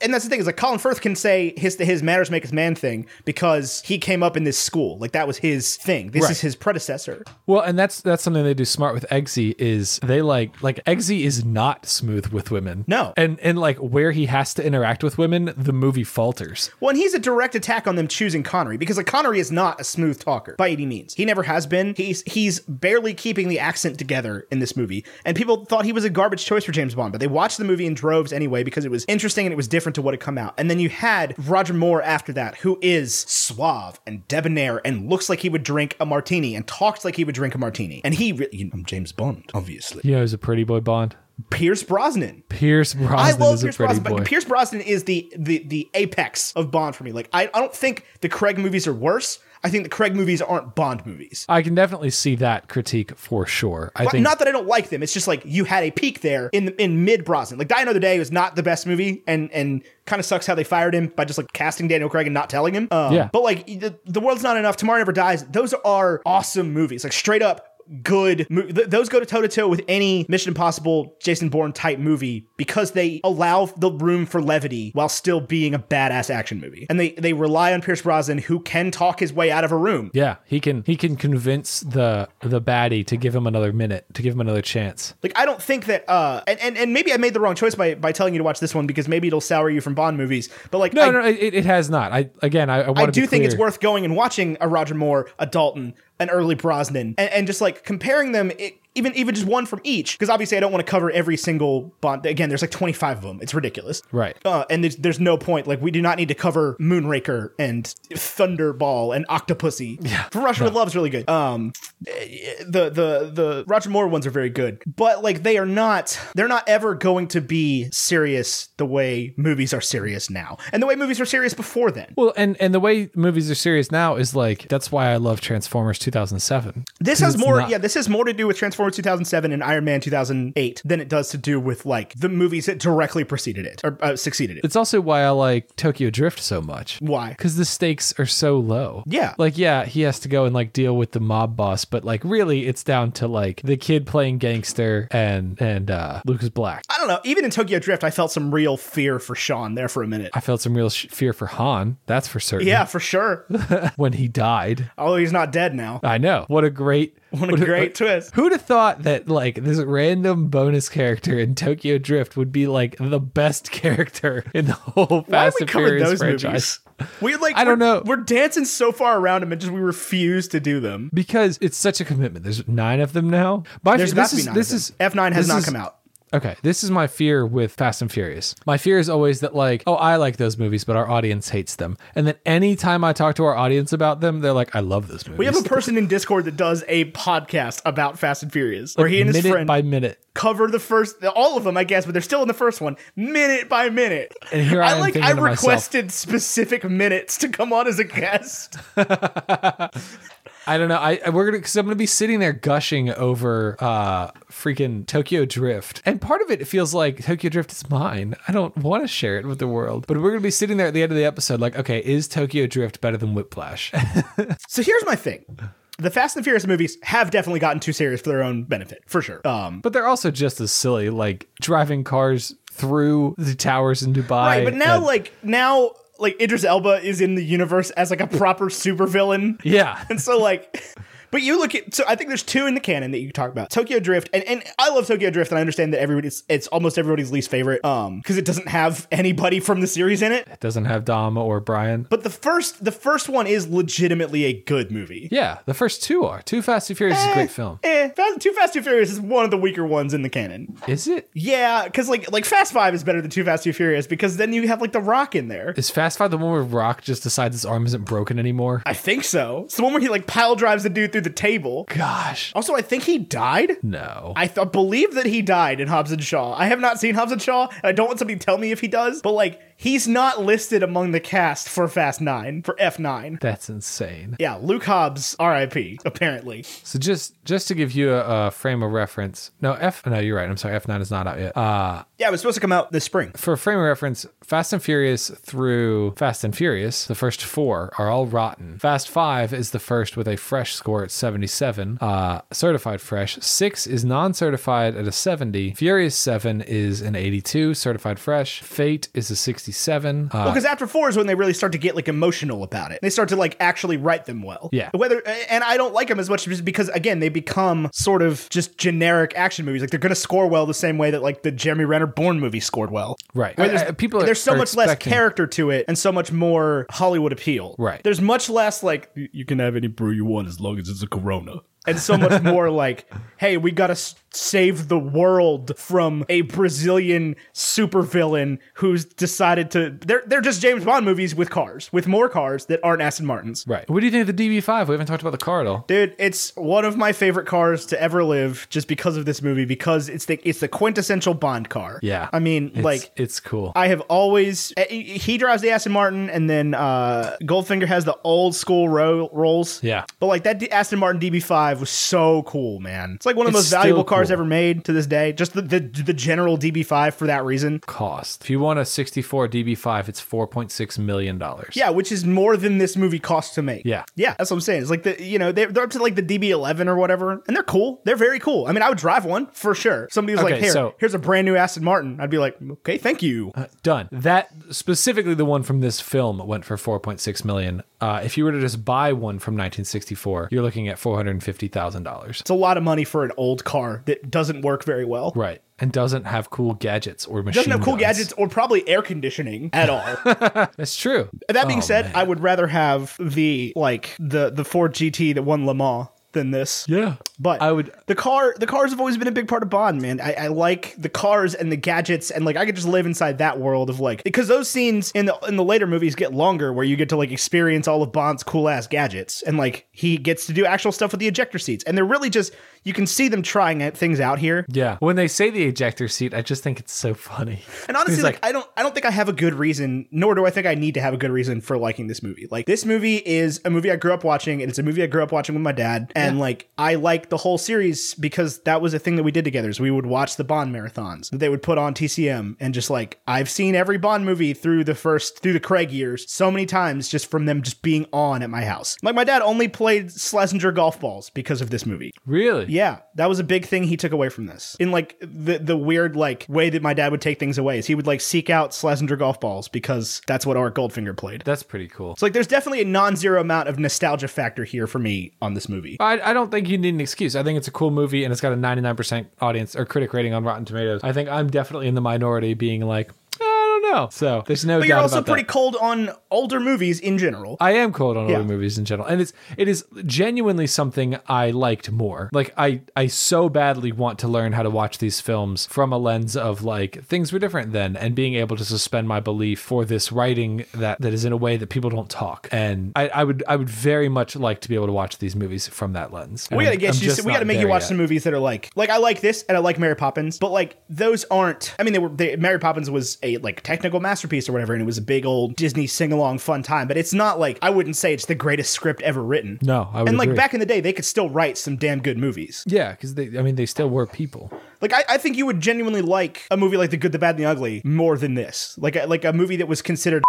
S3: and that's the thing is like Colin Firth can say his his manners make us man thing because he came up in this school. Like that was his thing. This
S2: Right.
S3: is his predecessor.
S2: Well, and that's that's something they do smart with Eggsy is they like like Eggsy is not smooth with women.
S3: No.
S2: and and like where he has to interact with women, the movie falters.
S3: Well, and he's a direct attack on them choosing Connery because like Connery is not a smooth talker by any means. He never has been. He's he's barely keeping the accent together in this movie. And people thought he was a garbage choice for James Bond, but they watched the movie in droves anyway because it was interesting and it was different to what had come out. And then you had Roger Moore after that, who is suave and debonair and looks like he would drink a martini and talks like he would drink a martini. And he really, you know, I'm James Bond, obviously.
S2: You know, he's a pretty boy Bond.
S3: Pierce Brosnan.
S2: Pierce Brosnan
S3: I love
S2: is
S3: Pierce
S2: a pretty
S3: Brosnan,
S2: boy.
S3: but Pierce Brosnan is the the the apex of Bond for me. Like I, I don't think the Craig movies are worse. I think the Craig movies aren't Bond movies.
S2: I can definitely see that critique for sure. I
S3: But
S2: think
S3: not that I don't like them. It's just like you had a peak there in the, in mid Brosnan. Like Die Another Day was not the best movie, and and kind of sucks how they fired him by just like casting Daniel Craig and not telling him. Um,
S2: Yeah.
S3: But like the, the world's not enough. Tomorrow Never Dies. Those are awesome movies. Like straight up good. Mo- th- those go to toe to toe with any Mission Impossible, Jason Bourne type movie because they allow the room for levity while still being a badass action movie, and they they rely on Pierce Brosnan who can talk his way out of a room.
S2: Yeah, he can he can convince the the baddie to give him another minute, to give him another chance.
S3: Like I don't think that uh and, and, and maybe I made the wrong choice by, by telling you to watch this one because maybe it'll sour you from Bond movies. But like
S2: No,
S3: I,
S2: no, it, it has not. I again, I, I want
S3: I
S2: to
S3: do
S2: be
S3: think it's
S2: clear.
S3: worth going and watching a Roger Moore, a Dalton, an early Brosnan, and, and just like comparing them, it, even even just one from each, because obviously I don't want to cover every single Bond. Again, there's like 25 of them. It's ridiculous.
S2: Right.
S3: Uh, and there's, there's no point. Like we do not need to cover Moonraker and Thunderball and Octopussy. Yeah. From Russia with Love's really good. Um, the the the Roger Moore ones are very good, but like they are not they're not ever going to be serious the way movies are serious now, and the way movies were serious before then.
S2: Well, and and the way movies are serious now is like that's why I love Transformers 2007.
S3: This
S2: 'Cause
S3: has
S2: it's
S3: more,
S2: not-
S3: yeah. This has more to do with Transformers 2007 and Iron Man 2008 than it does to do with like the movies that directly preceded it or uh, succeeded it.
S2: It's also why I like Tokyo Drift so much.
S3: Why?
S2: Because the stakes are so low.
S3: Yeah.
S2: Like, yeah, he has to go and like deal with the mob boss, but like really it's down to like the kid playing gangster and and uh Lucas Black.
S3: I don't know. Even in Tokyo Drift, I felt some real fear for Sean there for a minute.
S2: I felt some real sh- fear for Han, that's for certain.
S3: Yeah, for sure.
S2: When he died.
S3: Although he's not dead now.
S2: I know. What a great
S3: What a great twist.
S2: Who'd have thought that like this random bonus character in Tokyo Drift would be like the best character in the whole
S3: Why do
S2: Fast
S3: we
S2: and
S3: cover
S2: Furious
S3: those
S2: franchise?
S3: movies? We like.
S2: I don't
S3: we're-
S2: know.
S3: We're dancing so far around them, and just we refuse to do them.
S2: Because it's such a commitment. There's nine of them now. My
S3: There's
S2: this
S3: got to be
S2: is
S3: nine.
S2: this is
S3: F nine has
S2: this
S3: not
S2: is-
S3: come out.
S2: Okay, this is my fear with Fast and Furious. My fear is always that, like, oh, I like those movies, but our audience hates them. And then anytime I talk to our audience about them, they're like, I love those movies.
S3: We have a person in Discord that does a podcast about Fast and Furious, where he and his
S2: minute
S3: friend
S2: by minute.
S3: cover the first all of them i guess but they're still in the first one minute by minute
S2: And here I am
S3: like
S2: thinking
S3: i
S2: to myself-
S3: requested specific minutes to come on as a guest
S2: I don't know. I I- we're gonna because I'm gonna be sitting there gushing over uh freaking Tokyo Drift, and part of it feels like Tokyo Drift is mine. I don't want to share it with the world, but we're gonna be sitting there at the end of the episode, like, okay, is Tokyo Drift better than Whiplash?
S3: so here's my thing the fast and furious movies have definitely gotten too serious for their own benefit for sure um
S2: But they're also just as silly, like driving cars through the towers in Dubai.
S3: right but now
S2: and-
S3: like now like idris elba is in the universe as like a proper supervillain
S2: yeah,
S3: And so like but you look at so I think there's two in the canon that you can talk about. Tokyo Drift and, and I love Tokyo Drift and I understand that everybody's it's almost everybody's least favorite um because it doesn't have anybody from the series in it.
S2: it doesn't have Dom or Brian.
S3: But the first the first one is legitimately a good movie.
S2: Yeah, the first two are. Two Fast and Furious is a great film.
S3: Eh, Fast, Too Fast Too Furious is one of the weaker ones in the canon.
S2: Is it?
S3: Yeah, because like like Fast Five is better than Too Fast Too Furious because then you have like The Rock in there.
S2: Is Fast Five the one where Rock just decides his arm isn't broken anymore?
S3: I think so. It's the one where he like pile drives the dude through the table.
S2: Gosh,
S3: Also, I think he died.
S2: no.
S3: I th- believe that he died in Hobbs and Shaw. I have not seen Hobbs and Shaw, and I don't want somebody to tell me if he does, but like he's not listed among the cast for Fast 9, for F9.
S2: That's insane.
S3: Yeah, Luke Hobbs, RIP, apparently.
S2: So just just to give you a, a frame of reference, no F. No, you're right. I'm sorry. F nine is not out yet. Uh,
S3: Yeah, it was supposed to come out this spring.
S2: for a frame of reference, Fast and Furious through Fast and Furious, the first four are all rotten. Fast Five is the first with a fresh score at 77, uh, certified fresh. Six is non certified at a 70. Furious Seven is an 82, certified fresh. Fate is a 67. Uh,
S3: Well, because after four is when they really start to get like emotional about it. They start to like actually write them well.
S2: Yeah.
S3: Whether and I don't like them as much just because again they become sort of just generic action movies. Like they're gonna score well the same way that like the Jeremy Renner Bourne movie scored well.
S2: Right.
S3: Where there's,
S2: I- I- Uh, people are-
S3: there's so
S2: are
S3: much
S2: expecting-
S3: less character to it and so much more Hollywood appeal.
S2: Right.
S3: There's much less like y- you can have any brew you want as long as it's a Corona. And so much more like, hey, we gotta s- save the world from a Brazilian supervillain who's decided to. They're they're just James Bond movies with cars, with more cars that aren't Aston Martins.
S2: right. What do you think of the DB5? We haven't talked about the car at all.
S3: Dude, it's one of my favorite cars to ever live, just because of this movie, because it's the it's the quintessential Bond car.
S2: Yeah.
S3: I mean,
S2: It's-
S3: like
S2: it's cool.
S3: I have always eh, he drives the Aston Martin, and then uh, Goldfinger has the old school ro- rolls.
S2: Yeah.
S3: but like that D- Aston Martin DB5 5 was so cool, man. It's like one of the
S2: It's
S3: most valuable
S2: still
S3: cars
S2: cool.
S3: ever made to this day. Just the, the the general DB5 for that reason.
S2: cost. If you want a 64 DB5, it's 4.6 million dollars.
S3: Yeah, which is more than this movie cost to make.
S2: Yeah.
S3: Yeah, that's what I'm saying. It's like the you know they're, they're up to like the DB11 or whatever, and they're cool. They're very cool. I mean, I would drive one for sure. Somebody was like,
S2: Okay,
S3: "Here,
S2: so- Uh,
S3: here's a brand new Aston Martin." I'd be like, "Okay, thank you."
S2: done. That specifically the one from this film went for 4.6 million. Uh, if you were to just buy one from 1964, you're looking at 450 thousand dollars.
S3: It's a lot of money for an old car that doesn't work very well.
S2: Right, and doesn't have cool gadgets or machine.
S3: Doesn't have cool
S2: guns.
S3: gadgets or probably air conditioning at all.
S2: That's true.
S3: that being
S2: Oh,
S3: said,
S2: man.
S3: I would rather have the like the the Ford GT that won Le Mans than this.
S2: yeah,
S3: But
S2: I would.
S3: the car the cars have always been a big part of Bond, man. I, I like the cars and the gadgets and like I could just live inside that world of like because those scenes in the in the later movies get longer where you get to like experience all of Bond's cool ass gadgets and like he gets to do actual stuff with the ejector seats and they're really just you can see them trying out- things out here.
S2: Yeah, when they say the ejector seat, I just think it's so funny.
S3: And honestly,
S2: He's
S3: like, I don't I don't think I have a good reason, nor do I think I need to have a good reason for liking this movie. Like this movie is a movie I grew up watching, and it's a movie I grew up watching with my dad. And like I like the whole series because that was a thing that we did together. Is we would watch the Bond marathons that they would put on TCM and just like I've seen every Bond movie through the first through the Craig years so many times just from them just being on at my house. Like my dad only played Schlesinger golf balls because of this movie.
S2: really?
S3: Yeah, that was a big thing he took away from this. In like the the weird like way that my dad would take things away is he would like seek out Schlesinger golf balls because that's what Art Goldfinger played.
S2: that's pretty cool.
S3: So like, there's definitely a non-zero amount of nostalgia factor here for me on this movie.
S2: I, I don't think you need an excuse. I think it's a cool movie and it's got a 99% audience or critic rating on Rotten Tomatoes. I think I'm definitely in the minority being like, I don't know. So there's no
S3: But
S2: doubt
S3: you're also
S2: about
S3: pretty
S2: that.
S3: cold on older movies in general.
S2: I am cold on
S3: Yeah.
S2: older movies in general, and it's it is genuinely something I liked more. Like I I so badly want to learn how to watch these films from a lens of like things were different then, and being able to suspend my belief for this writing that that is in a way that people don't talk. And I, I would I would very much like to be able to watch these movies from that lens.
S3: we
S2: And
S3: gotta get
S2: I'm
S3: you.
S2: just
S3: we gotta
S2: not
S3: make you
S2: there
S3: watch
S2: yet.
S3: some movies that are like, like I like this and I like Mary Poppins, but like those aren't. I mean, they were they, Mary Poppins was a like technical masterpiece or whatever, and it was a big old Disney sing along fun time. But it's not like I wouldn't say it's the greatest script ever written.
S2: No, I would
S3: and like
S2: agree.
S3: back in the day, they could still write some damn good movies.
S2: Yeah, because they, I mean, they still were people.
S3: Like I, I think you would genuinely like a movie like The Good, the Bad, and the Ugly more than this. Like a, like a movie that was considered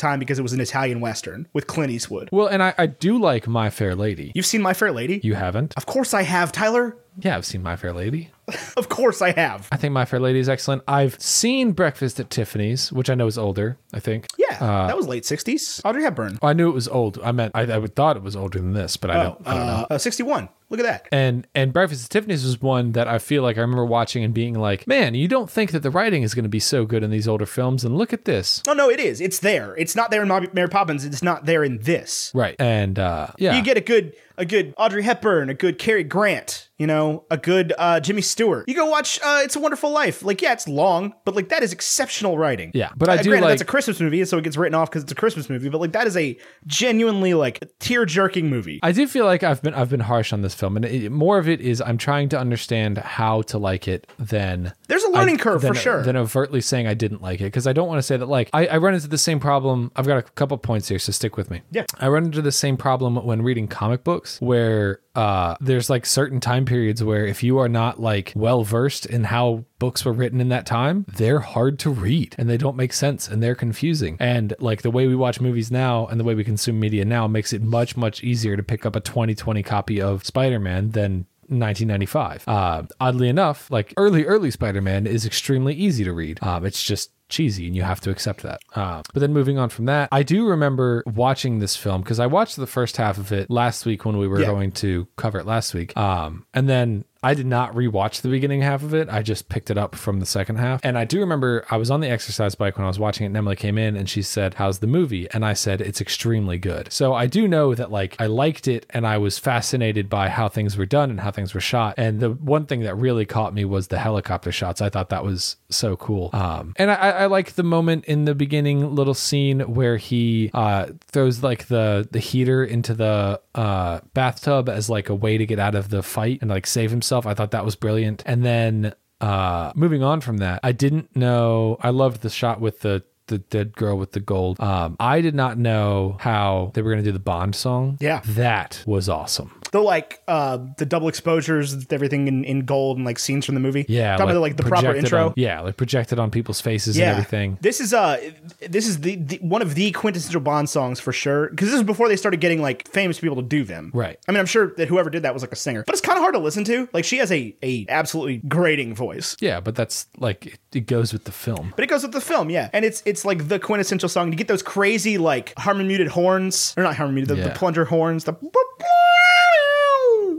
S3: time because it was an Italian western with Clint Eastwood.
S2: Well, and I, I do like My Fair Lady.
S3: You've seen My Fair Lady?
S2: You haven't?
S3: of course I have, Tyler.
S2: Yeah, I've seen My Fair Lady.
S3: Of course I have.
S2: I think My Fair Lady is excellent. I've seen Breakfast at Tiffany's, which I know is older. I think.
S3: Yeah, that was late '60s. Audrey Hepburn.
S2: Well, I knew it was old. I meant I, I would- thought it was older than this, but I don't. I don't know.
S3: Uh, uh, 61. Look at that.
S2: And and Breakfast at Tiffany's was one that I feel like I remember watching and being like, man, you don't think that the writing is going to be so good in these older films, and look at this.
S3: No, no, it is. It's there. It's not there in Mar- Mary Poppins. It's not there in this.
S2: Right. And uh, yeah,
S3: You get a good, a good Audrey Hepburn, a good Cary Grant, you know, a good uh, Jimmy Stewart. You go watch uh, It's a Wonderful Life. Like, yeah, it's long, but like that is exceptional writing.
S2: Yeah, but I
S3: Uh,
S2: do
S3: granted,
S2: like-
S3: that's a Christmas movie, so it gets written off because it's a Christmas movie. But like that is a genuinely like tear jerking movie.
S2: I do feel like I've been I've been harsh on this film, and it, more of it is I'm trying to understand how to like it than
S3: There's a learning
S2: I-
S3: curve
S2: than,
S3: for sure.
S2: Than overtly saying I didn't like it because I don't want to say that like I, I run into the same problem. I've got a couple points here, so stick with me.
S3: Yeah.
S2: I run into the same problem when reading comic books where uh, there's like certain time periods where if you are not like well versed in how books were written in that time, they're hard to read and they don't make sense and they're confusing. And like the way we watch movies now and the way we consume media now makes it much much easier to pick up a 2020 copy of Spider-Man than 1995. Uh, oddly enough, like early, early Spider Man is extremely easy to read. Um, it's just cheesy and you have to accept that. Uh, but then moving on from that, I do remember watching this film because I watched the first half of it last week when we were
S3: Yeah.
S2: going to cover it last week. Um, and then I did not rewatch the beginning half of it. I just picked it up from the second half. And I do remember I was on the exercise bike when I was watching it, and Emily came in and she said, How's the movie? And I said, It's extremely good. So I do know that, like, I liked it and I was fascinated by how things were done and how things were shot. And the one thing that really caught me was the helicopter shots. I thought that was so cool. Um, and I, I I like the moment in the beginning little scene where he uh, throws, like, the, the heater into the uh, bathtub as, like, a way to get out of the fight and, like, save himself. I thought that was brilliant. And then. Uh, moving on from that, I didn't know. I loved the shot with the the dead girl with the gold. Um, I did not know how they were going to do the Bond song.
S3: Yeah.
S2: That was awesome.
S3: the like uh, the double exposures, everything in, in gold and like scenes from the movie.
S2: Yeah,
S3: talking about like the proper
S2: projected
S3: intro.
S2: on- yeah, like projected on people's faces and everything.
S3: This is uh this is the, the one of the quintessential Bond songs for sure because this is before they started getting like famous people to do them.
S2: Right.
S3: I mean, I'm sure that whoever did that was like a singer, but it's kind of hard to listen to. Like she has a a absolutely grating voice.
S2: Yeah, but that's like it, it goes with the film.
S3: But it goes with the film, yeah, and it's it's like the quintessential song. You get those crazy like harmon muted horns, or not harmon muted, the, the
S2: Yeah.
S3: plunger horns, the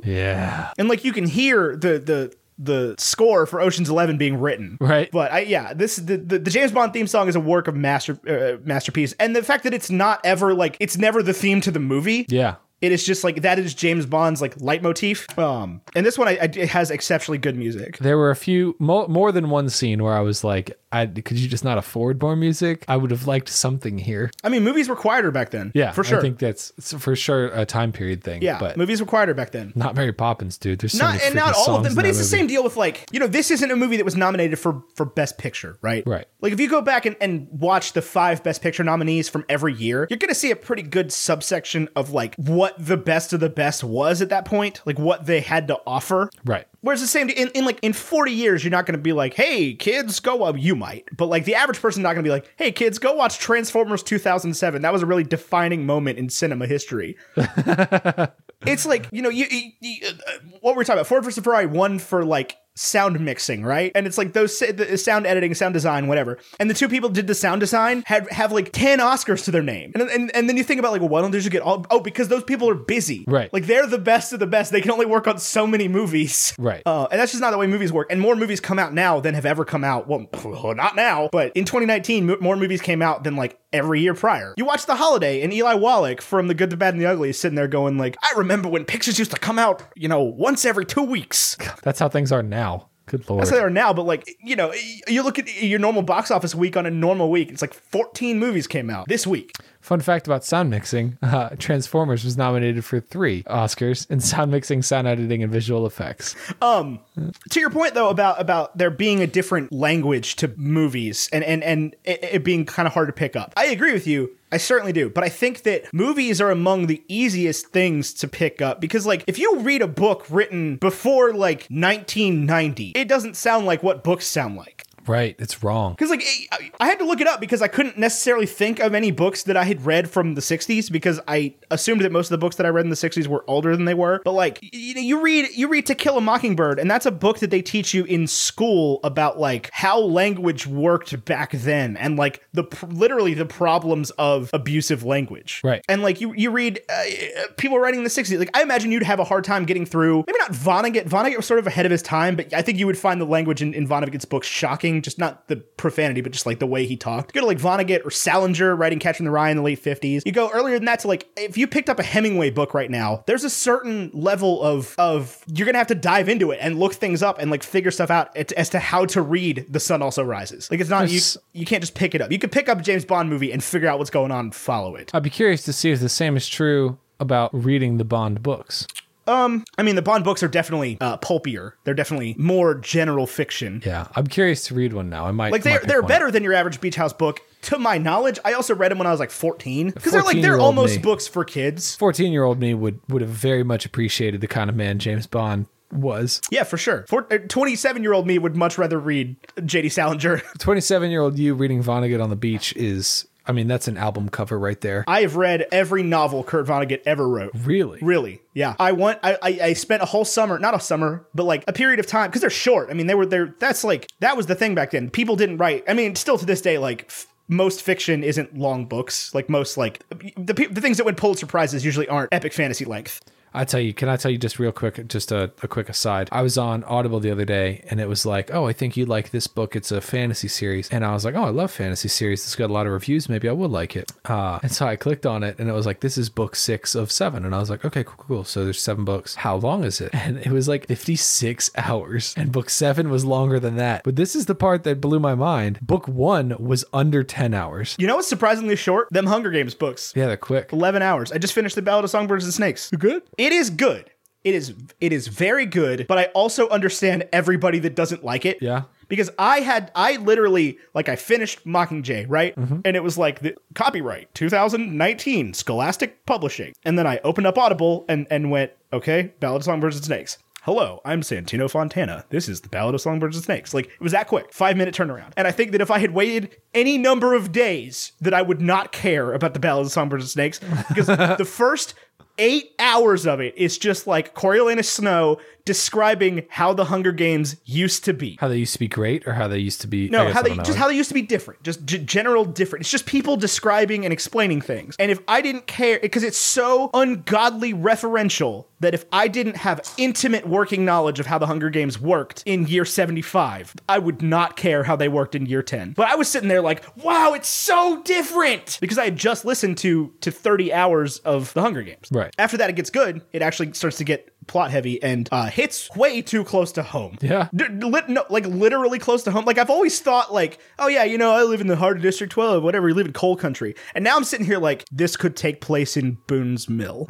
S2: Yeah,
S3: and like you can hear the the the score for Ocean's Eleven being written,
S2: Right.
S3: But I, yeah, this the, the the James Bond theme song is a work of master uh, masterpiece, and the fact that it's not ever like it's never the theme to the movie,
S2: yeah.
S3: It is just like that is James Bond's like leitmotif. Um, and this one I, I, it has exceptionally good music.
S2: There were a few more, more than one scene where I was like, I, "Could you just not afford more music? I would have liked something here."
S3: I mean, movies were quieter back then,
S2: Yeah,
S3: for sure.
S2: I think that's it's for sure a time period thing.
S3: yeah,
S2: but
S3: movies were quieter back then.
S2: not Mary Poppins, dude. There's so
S3: not
S2: many
S3: and not
S2: freaking
S3: all of
S2: songs
S3: them, but
S2: in
S3: it's
S2: that movie.
S3: the same deal with like you know this isn't a movie that was nominated for for best picture, right?
S2: Right.
S3: Like if you go back and, and watch the five best picture nominees from every year, you're gonna see a pretty good subsection of like what the best of the best was at that point, like what they had to offer.
S2: Right.
S3: Whereas the same in, in like in 40 years, you're not gonna be like, hey kids, go well, you might, but like the average person not gonna be like, hey kids, go watch Transformers 2007. That was a really defining moment in cinema history it's like you know you, you, you uh, what we're talking about ford versus ferrari won for like sound mixing right and it's like those s- the sound editing sound design whatever and the two people did the sound design had have like 10 oscars to their name and, and, and then you think about like well why don't they just get all oh because those people are busy
S2: Right.
S3: like they're the best of the best they can only work on so many movies
S2: Right.
S3: uh, and that's just not the way movies work and more movies come out now than have ever come out well not now but in 2019 mo- more movies came out than like every year prior you watch the holiday and eli wallach from the good the bad and the ugly is sitting there going like i remember when pictures used to come out you know once every two weeks
S2: That's how things are now. Good lord.
S3: that's how they are now but like you know y- you look at your normal box office week on a normal week it's like 14 movies came out this week
S2: Fun fact about sound mixing uh, Transformers was nominated for three Oscars in sound mixing, sound editing, and visual effects.
S3: to your point though about about there being a different language to movies and and and it, it being kind of hard to pick up i agree with you i certainly do but i think that movies are among the easiest things to pick up because like if you read a book written before like 1990 it doesn't sound like what books sound like
S2: Right. It's wrong.
S3: because like I- I had to look it up because I couldn't necessarily think of any books that I had read from the '60s because I assumed that most of the books that I read in the '60s were older than they were. But like y- you know, you read you read To Kill a Mockingbird, and that's a book that they teach you in school about like how language worked back then, and like the pr- literally the problems of abusive language.
S2: Right.
S3: And like you you read uh, people writing in the '60s, like I imagine you'd have a hard time getting through. Maybe not Vonnegut. Vonnegut was sort of ahead of his time, but I think you would find the language in, in Vonnegut's books shocking. Just not the profanity, but just like the way he talked. You go to like Vonnegut or Salinger writing Catcher in the Rye in the late '50s. You go earlier than that to like if you picked up a Hemingway book right now, there's a certain level of of you're gonna have to dive into it and look things up and like figure stuff out at- as to how to read The Sun Also Rises. Like it's not
S2: There's-
S3: you you can't just pick it up. You could pick up a James Bond movie and figure out what's going on and follow it.
S2: I'd be curious to see if the same is true about reading the Bond books.
S3: I mean, the Bond books are definitely uh, pulpier. They're definitely more general fiction.
S2: Yeah. I'm curious to read one now. I might might
S3: Like they're
S2: pick
S3: they're
S2: one up.
S3: better than your average beach house book, to my knowledge. I also read them when I was like fourteen because they're like they're
S2: 14-year-old
S3: almost
S2: me.
S3: books for kids.
S2: 14 year old me would, would have very much appreciated the kind of man James Bond was.
S3: Yeah, for sure. Twenty-seven year old me would much rather read J.D. Salinger.
S2: 27 year old you reading Vonnegut on the beach is, I mean, that's an album cover right there.
S3: I have read every novel Kurt Vonnegut ever wrote.
S2: really?
S3: Really? Yeah. I want. I, I I spent a whole summer, not a summer, but like a period of time because they're short. I mean, they were there. That's like that was the thing back then. People didn't write. I mean, still to this day, like. F- most fiction isn't long books. Like most, like the pe- the things that win Pulitzer prizes usually aren't epic fantasy length.
S2: I tell you, can I tell you just real quick, just a, a quick aside? I was on Audible the other day and it was like, oh, I think you'd like this book. It's a fantasy series. And I was like, oh, I love fantasy series. It's got a lot of reviews. Maybe I would like it. Uh, and so I clicked on it and it was like, this is book six of seven. And I was like, okay, cool, cool. So there's seven books. How long is it? And it was like 56 hours. And book seven was longer than that. But this is the part that blew my mind. Book one was under 10 hours.
S3: You know what's surprisingly short? Them Hunger Games books,
S2: Yeah, they're quick.
S3: eleven hours. I just finished the Ballad of Songbirds and Snakes.
S2: Good.
S3: It is good. It is it is very good, but I also understand everybody that doesn't like it.
S2: Yeah.
S3: because I had I literally like I finished Mockingjay right, and it was like the copyright 2019 Scholastic Publishing, and then I opened up Audible and and went okay, Ballad of Songbirds and Snakes. Hello, I'm Santino Fontana. This is the Ballad of Songbirds and Snakes. Like it was that quick, five minute turnaround. And I think that if I had waited any number of days, that I would not care about the Ballad of Songbirds and Snakes because the first eight hours of it is just like Coriolanus Snow describing how the Hunger Games used to be.
S2: How they used to be great, or how they used to be I
S3: No,
S2: guess
S3: how
S2: I
S3: they
S2: don't know.
S3: just how they used to be different, just g- general different. It's just people describing and explaining things. And if I didn't care, because it's so ungodly referential that if I didn't have intimate working knowledge of how the Hunger Games worked in year 75, I would not care how they worked in year 10. But I was sitting there like, wow, it's so different because I had just listened to to 30 hours of the Hunger Games.
S2: Right.
S3: After that, it gets good. It actually starts to get plot heavy and uh, hits way too close to home.
S2: Yeah.
S3: D- lit- no, like literally close to home. Like I've always thought, like, oh yeah, you know, I live in the heart of District Twelve, whatever. You live in coal country, and now I'm sitting here like this could take place in Boone's Mill.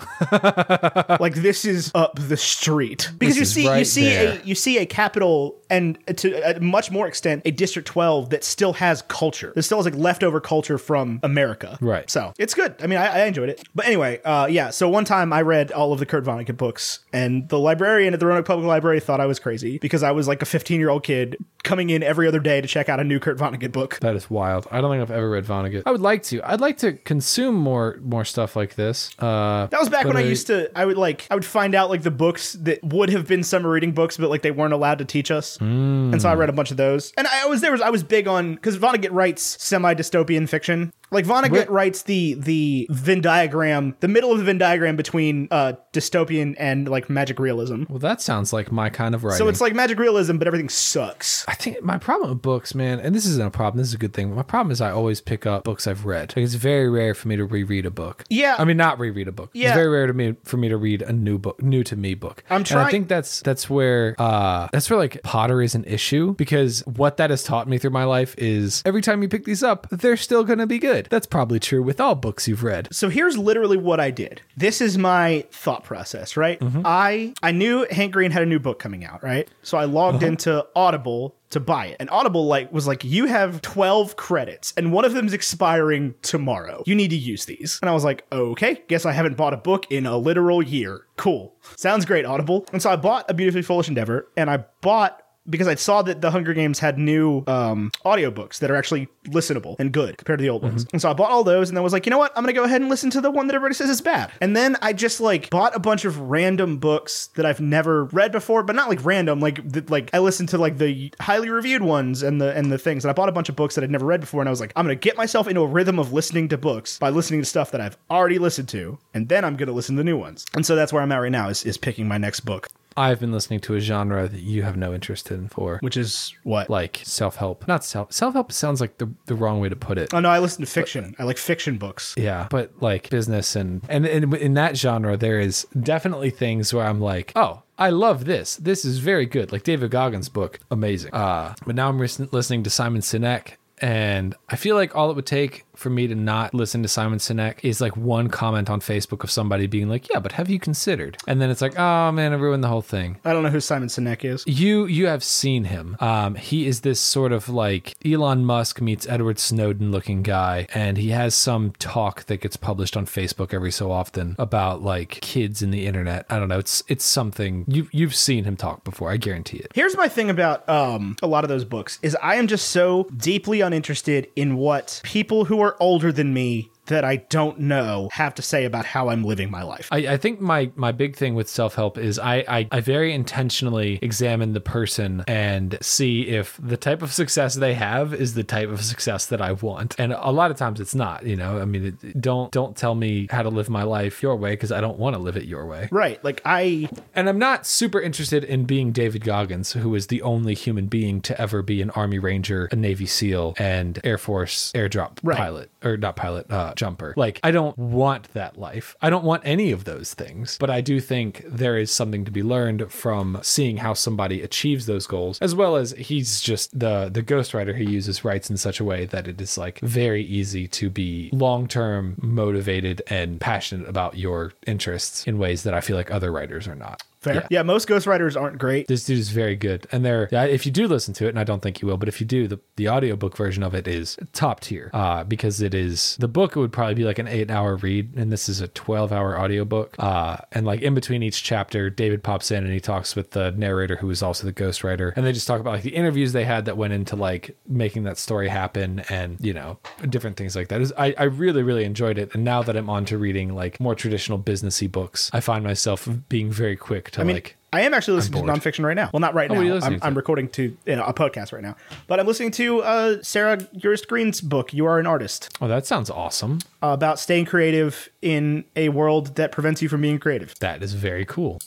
S3: like this is up the street because
S2: This is
S3: you see you
S2: right
S3: see
S2: there.
S3: a you see a capital and to a much more extent a District Twelve that still has culture. That still has like leftover culture from America.
S2: Right.
S3: So it's good. I mean, I, I enjoyed it. But anyway, uh, yeah. So one time I read all of the Kurt Vonnegut books, and the librarian at the Roanoke Public Library thought I was crazy because I was like a 15 year old kid coming in every other day to check out a new Kurt Vonnegut book.
S2: That is wild. I don't think I've ever read Vonnegut. I would like to. I'd like to consume more more stuff like this. Uh,
S3: That was back
S2: but
S3: when I used to. I would like I would find out like the books that would have been summer reading books, but like they weren't allowed to teach us, and so I read a bunch of those. And I was there was I was big on because Vonnegut writes semi dystopian fiction. Like Vonnegut
S2: Wait.
S3: writes the the Venn diagram, the middle of the Venn diagram between uh, dystopian and like magic realism.
S2: Well, that sounds like my kind of writing.
S3: So it's like magic realism, but everything sucks.
S2: I think my problem with books, man, and this isn't a problem. This is a good thing. My problem is I always pick up books I've read. Like, it's very rare for me to reread a book.
S3: Yeah.
S2: I mean, not reread a book.
S3: Yeah.
S2: It's very rare to me for me to read a new book, new to me book.
S3: I'm
S2: And
S3: trying-
S2: I think that's that's where uh that's where like pottery is an issue because what that has taught me through my life is every time you pick these up, they're still going to be good. That's probably true with all books you've read.
S3: So here's literally what I did. This is my thought process, right? I I knew Hank Green had a new book coming out, right? So I logged into Audible to buy it. And Audible like was like, "You have 12 credits and one of them's expiring tomorrow. You need to use these." And I was like, "Okay, guess I haven't bought a book in a literal year. Cool. Sounds great, Audible." And so I bought A Beautifully Foolish Endeavor and I bought because I saw that the Hunger Games had new um, audiobooks that are actually listenable and good compared to the old ones. And so I bought all those and then was like, you know what? I'm going to go ahead and listen to the one that everybody says is bad. And then I just like bought a bunch of random books that I've never read before, but not like random, like th- like I listened to like the highly reviewed ones and the and the things. And I bought a bunch of books that I'd never read before and I was like, I'm going to get myself into a rhythm of listening to books by listening to stuff that I've already listened to and then I'm going to listen to the new ones. And so that's where I'm at right now is is picking my next book,
S2: I've been listening to a genre that you have no interest in for
S3: which is what?
S2: like self-help. Not self self-help sounds like the the wrong way to put it.
S3: Oh no, I listen to fiction. I like fiction books.
S2: Yeah, but like business and and and in that genre, there is definitely things where I'm like, oh, I love this. This is very good. Like David Goggins' book, amazing. Uh, but now I'm ris- listening to Simon Sinek. And I feel like all it would take for me to not listen to Simon Sinek is like one comment on Facebook of somebody being like, "Yeah, but have you considered?" And then it's like, "Oh man, I ruined the whole thing."
S3: I don't know who Simon Sinek is.
S2: you you have seen him um he is this sort of like elon musk meets edward snowden looking guy and he has some talk that gets published on facebook every so often about like kids and the internet i don't know it's it's something you you've seen him talk before i guarantee it
S3: Here's my thing about um, a lot of those books is I am just so deeply uninterested in what people who are older than me that I don't know have to say about how I'm living my life.
S2: I, I think my my big thing with self help is I, I I very intentionally examine the person and see if the type of success they have is the type of success that I want. And a lot of times it's not. You know, I mean, it- it, don't don't tell me how to live my life your way because I don't want to live it your way.
S3: Right, like I
S2: And I'm not super interested in being David Goggins, who is the only human being to ever be an Army Ranger, a Navy SEAL, and Air Force airdrop
S3: Right.
S2: pilot, or not pilot, uh, jumper. Like, I don't want that life. I don't want any of those things. But I do think there is something to be learned from seeing how somebody achieves those goals, as well as he's just the the ghostwriter he uses writes in such a way that it is like very easy to be long term motivated and passionate about your interests in ways that I feel like other writers are not.
S3: Fair. Yeah.
S2: Yeah.
S3: most ghostwriters aren't great.
S2: This dude is very good. And they're, yeah, if you do listen to it, and I don't think you will, but if you do, the, the audiobook version of it is top tier uh, because it is the book, it would probably be like an eight hour read. And this is a 12 hour audiobook. Uh, and like in between each chapter, David pops in and he talks with the narrator who is also the ghostwriter. And they just talk about like the interviews they had that went into like making that story happen and, you know, different things like that. It was- I, I really, really enjoyed it. And now that I'm on to reading like more traditional businessy books, I find myself being very quick to
S3: I mean,
S2: like.
S3: I am actually listening to nonfiction right now. Well, not right
S2: what are you
S3: now.
S2: Oh, listening
S3: I'm, I'm
S2: to?
S3: recording to you know, a podcast right now, but I'm listening to uh, Sarah Gerst Green's book, You Are an Artist,
S2: Oh, that sounds awesome.
S3: about staying creative in a world that prevents you from being creative.
S2: That is very cool.